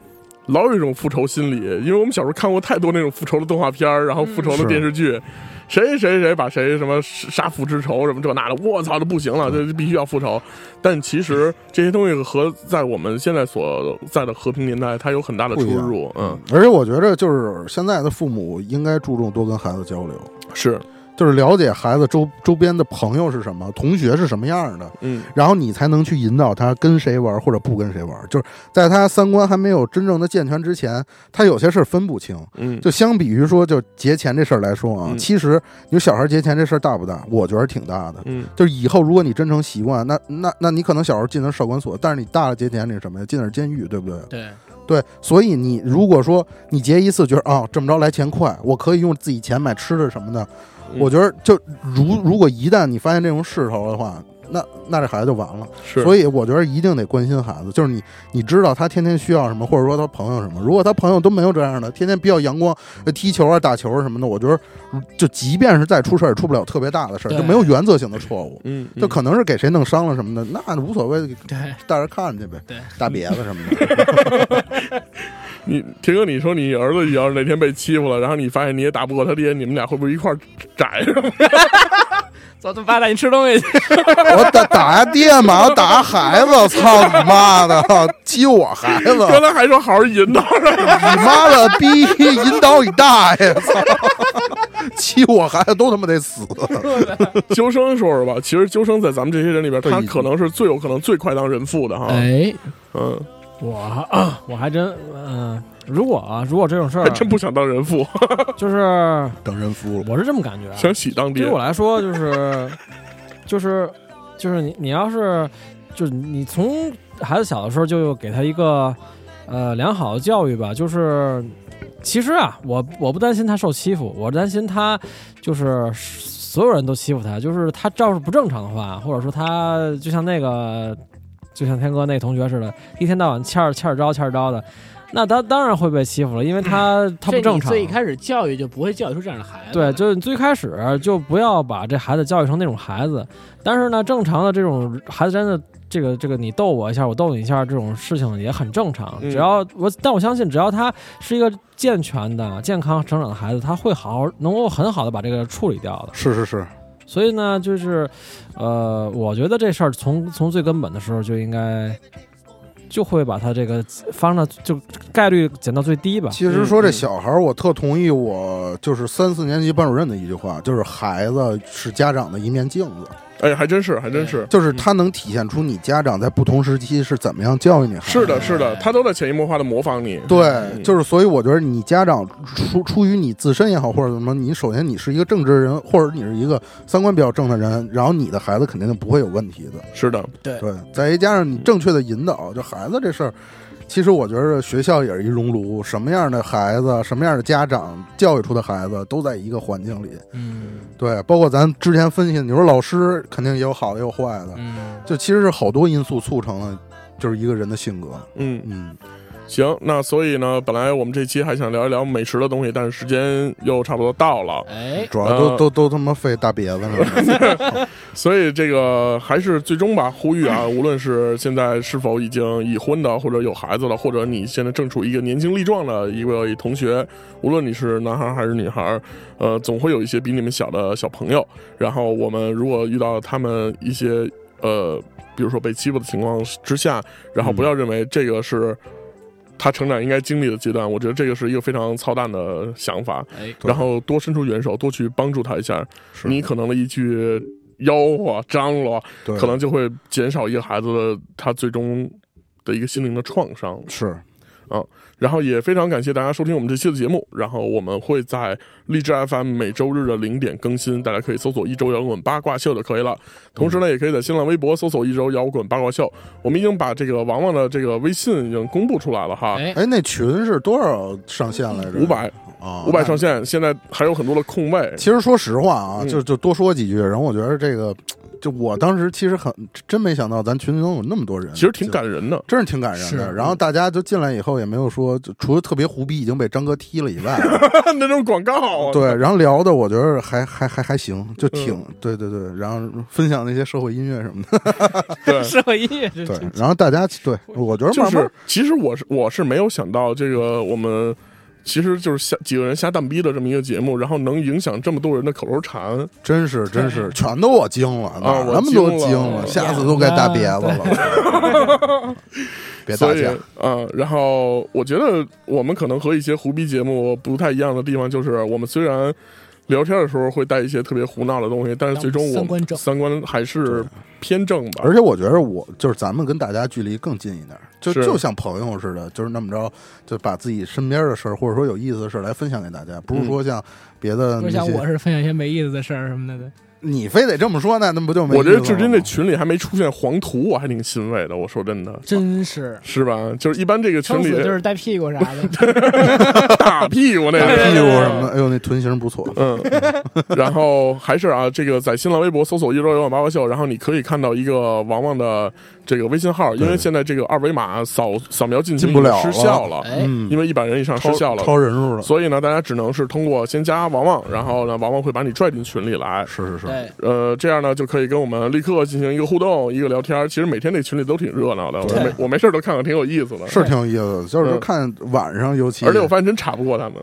老有一种复仇心理，因为我们小时候看过太多那种复仇的动画片儿，然后复仇的是电视剧，谁谁谁把谁什么杀父之仇什么这那的，我操，这不行了，这必须要复仇。但其实这些东西和在我们现在所在的和平年代，它有很大的不出一样入。嗯，，而且我觉着就是现在的父母应该注重多跟孩子交流。是，就是了解孩子周周边的朋友是什么，同学是什么样的，嗯，然后你才能去引导他跟谁玩或者不跟谁玩。就是在他三观还没有真正的健全之前，他有些事儿分不清。嗯，就相比于说，就节钱这事儿来说啊，嗯其实你说小孩节钱这事儿大不大？我觉得挺大的。嗯，就是以后如果你真成习惯，那那那你可能小时候进的是少管所，但是你大了节钱，你是什么呀？进的是监狱，对不对？对对，所以你如果说你结一次，觉得啊、这么着来钱快，我可以用自己钱买吃的什么的，嗯我觉得就如如果一旦你发现这种势头的话，那那这孩子就完了。是，所以以我觉得一定得关心孩子，就是你你知道他天天需要什么，或者说他朋友什么。如果他朋友都没有这样的，天天比较阳光，呃踢球啊、打球啊什么的，我觉得就即便是再出事儿，也出不了特别大的事儿，对就没有原则性的错误。嗯，就可能是给谁弄伤了什么的，那无所谓，对，带着看去呗，对，大别子什么的。你铁哥，你说你儿子要是哪天被欺负了，然后你发现你也打不过他爹，你们俩会不会一块儿宅着？ [laughs] 走，他爸带你吃东西去。我打打他爹嘛，我打他孩子，操你妈的，欺负我孩子，刚才还说好好引导着， [laughs] 你妈的逼，引导你大爷，操！欺负我孩子都他妈得死，究生说说吧，其实究生在咱们这些人里边，对他已可能是最有可能最快当人父的哈。哎，嗯，我啊我还真嗯、如果啊，如果这种事儿还，真不想当人父，就是当人夫了。我是这么感觉啊，想喜当对爹于。我来说，就是就是就是你你要是就是你从孩子小的时候就给他一个呃良好的教育吧，就是其实啊，我我不担心他受欺负，我担心他就是所有人都欺负他，就是他要是不正常的话，或者说他就像那个就像天哥那同学似的，一天到晚欠儿欠儿招欠儿招的。那他当然会被欺负了，因为他嗯这他不你正常。最一开始教育就不会教育出这样的孩子。 [laughs] 对，就是你最开始就不要把这孩子教育成那种孩子。但是呢，正常的这种孩子真的这个这个你逗我一下，我逗你一下这种事情也很正常。嗯只要我，但我相信只要他是一个健全的、健康成长的孩子，他会好好能够很好的把这个处理掉的。是是是，所以呢，就是，呃，我觉得这事儿从从最根本的时候就应该，就会把它这个方向就概率减到最 [laughs] 低吧。其实说这嗯小孩儿，我特同意我就是三四年级班主任的一句话，就是孩子是家长的一面镜子，哎，还真是，还真是。就是他能体现出你家长在不同时期是怎么样教育你孩子。是的，是的，他都在潜移默化的模仿你。对，嗯就是所以我觉得你家长出出于你自身也好，或者怎么，你首先你是一个正直人，或者你是一个三观比较正的人，然后你的孩子肯定就不会有问题的。是的，对，再加上你正确的引导，就孩子这事儿，其实我觉得学校也是一熔炉，什么样的孩子，什么样的家长教育出的孩子，都在一个环境里。嗯对，包括咱之前分析，你说老师肯定也有好的，也有坏的，嗯，就其实是好多因素促成了，就是一个人的性格。嗯，嗯，行，那所以呢，本来我们这期还想聊一聊美食的东西，但是时间又差不多到了，哎，主要都、呃都都他妈费大别子了。所以这个还是最终吧，呼吁啊，无 [laughs] 论是现在是否已经已婚的，或者有孩子了，或者你现在正处于一个年轻力壮的一位同学，无论你是男孩还是女孩，呃，总会有一些比你们小的小朋友。然后我们如果遇到他们一些呃，比如说被欺负的情况之下，然后不要认为这个是他成长应该经历的阶段，我觉得这个是一个非常操蛋的想法。哎，然后多伸出援手，多去帮助他一下，你可能的一句吆喝、张罗，对，可能就会减少一个孩子的他最终的一个心灵的创伤。是然后也非常感谢大家收听我们这期的节目。然后我们会在荔枝 FM 每周日的零点更新，大家可以搜索“一周摇滚八卦秀”就可以了。同嗯时呢，也可以在新浪微博搜索“一周摇滚八卦秀”。我们已经把这个王王的这个微信已经公布出来了哈，哎哎，那群是多少上限来着？五百啊，五百上限，现在还有很多的空位。其实说实话啊，嗯就就多说几句，然后我觉得这个，就我当时其实很真没想到咱群里能有那么多人，其实挺感人的， [laughs] 就，真是挺感人的。是然后大家就进来以后也没有说，就除了特别胡逼已经被张哥踢了以 [laughs] 外，那种广告啊，对，然后聊的我觉得还还还还行，就挺、嗯对对对，然后分享那些社会音乐什 [laughs] 么的，对，社会音乐这对，然后大家对我觉得就慢慢、是其实我是我是没有想到这个我们。其实就是瞎几个人瞎蛋逼的这么一个节目，然后能影响这么多人的口头禅，真是真是全都我惊了，哪啊儿那么我多惊了惊了，下次都该啊打别子了， [laughs] 别打所以架啊、。然后我觉得我们可能和一些胡逼节目不太一样的地方，就是我们虽然聊天的时候会带一些特别胡闹的东西，但是最终我三观们正三观还是偏正吧而。且我觉得我就是咱们跟大家距离更近一点儿，就是就像朋友似的，就是那么着，就把自己身边的事儿或者说有意思的事儿来分享给大家，不嗯是说像别的不那是像些，我是分享一些没意思的事儿什么的。你非得这么说，那那不就没我觉得意思至了今吗这群里还没出现黄图，我还挺欣慰的。我说真的，真是是吧？就是一般这个群撑里死 [laughs] 就是带屁股啥的。大屁股那大个。屁股什么的，哎呦，那臀型不错，嗯， [laughs] 然后还是啊，这个在新浪微博搜索“一周摇滚八卦秀”，然后你可以看到一个王王的这个微信号，因为现在这个二维码扫扫描进去嗯进不了失效了，哎，嗯，因为一百人以上失超效了，超人数了，所以呢，大家只能是通过先加王王，然后呢，王王会把你拽进群里来，是是是，对，呃，这样呢就可以跟我们立刻进行一个互动，一个聊天儿。其实每天那群里都挺热闹的，我没我没事儿都看看，挺有意思的。是挺有意思的，就是嗯看晚上尤其，而且我发现真查不过他们，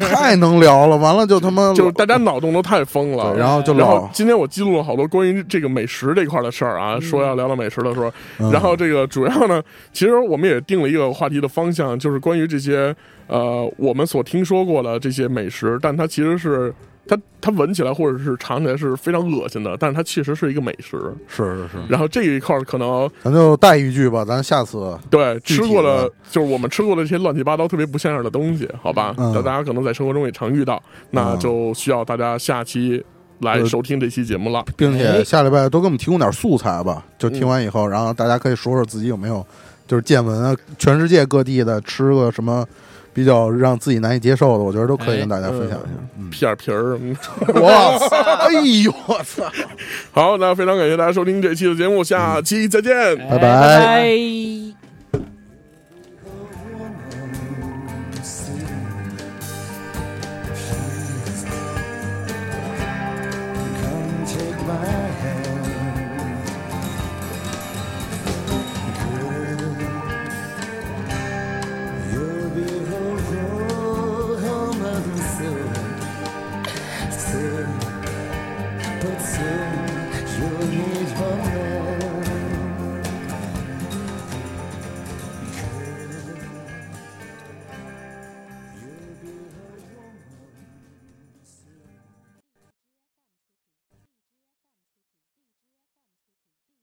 太能聊了，完了就他妈就是大家脑洞都太疯了，对然后就啊然后老，今天我记录了好多关于这个美食这块的事儿啊，说要聊到美食的时候，嗯然后这个主要呢，其实我们也定了一个话题的方向，就是关于这些呃我们所听说过的这些美食，但它其实是它它闻起来或者是尝起来是非常恶心的，但是它确实是一个美食。是是是，然后这一块儿可能咱就带一句吧，咱下次对具吃体的过了，就是我们吃过的这些乱七八糟、特别不像样的东西，好吧？嗯那大家可能在生活中也常遇到，那嗯就需要大家下期来呃收听这期节目了。并且呃下礼拜多给我们提供点素材吧，就听完以后，然后大家可以说说自己有没有就是见闻啊，全世界各地的吃个什么比较让自己难以接受的，我觉得都可以跟大家分享一下。嗯，片皮儿，嗯我操！哎呦我操！好，那非常感谢大家收听这期的节目，下期再见。拜拜。拜拜我 But soon you'll need her more.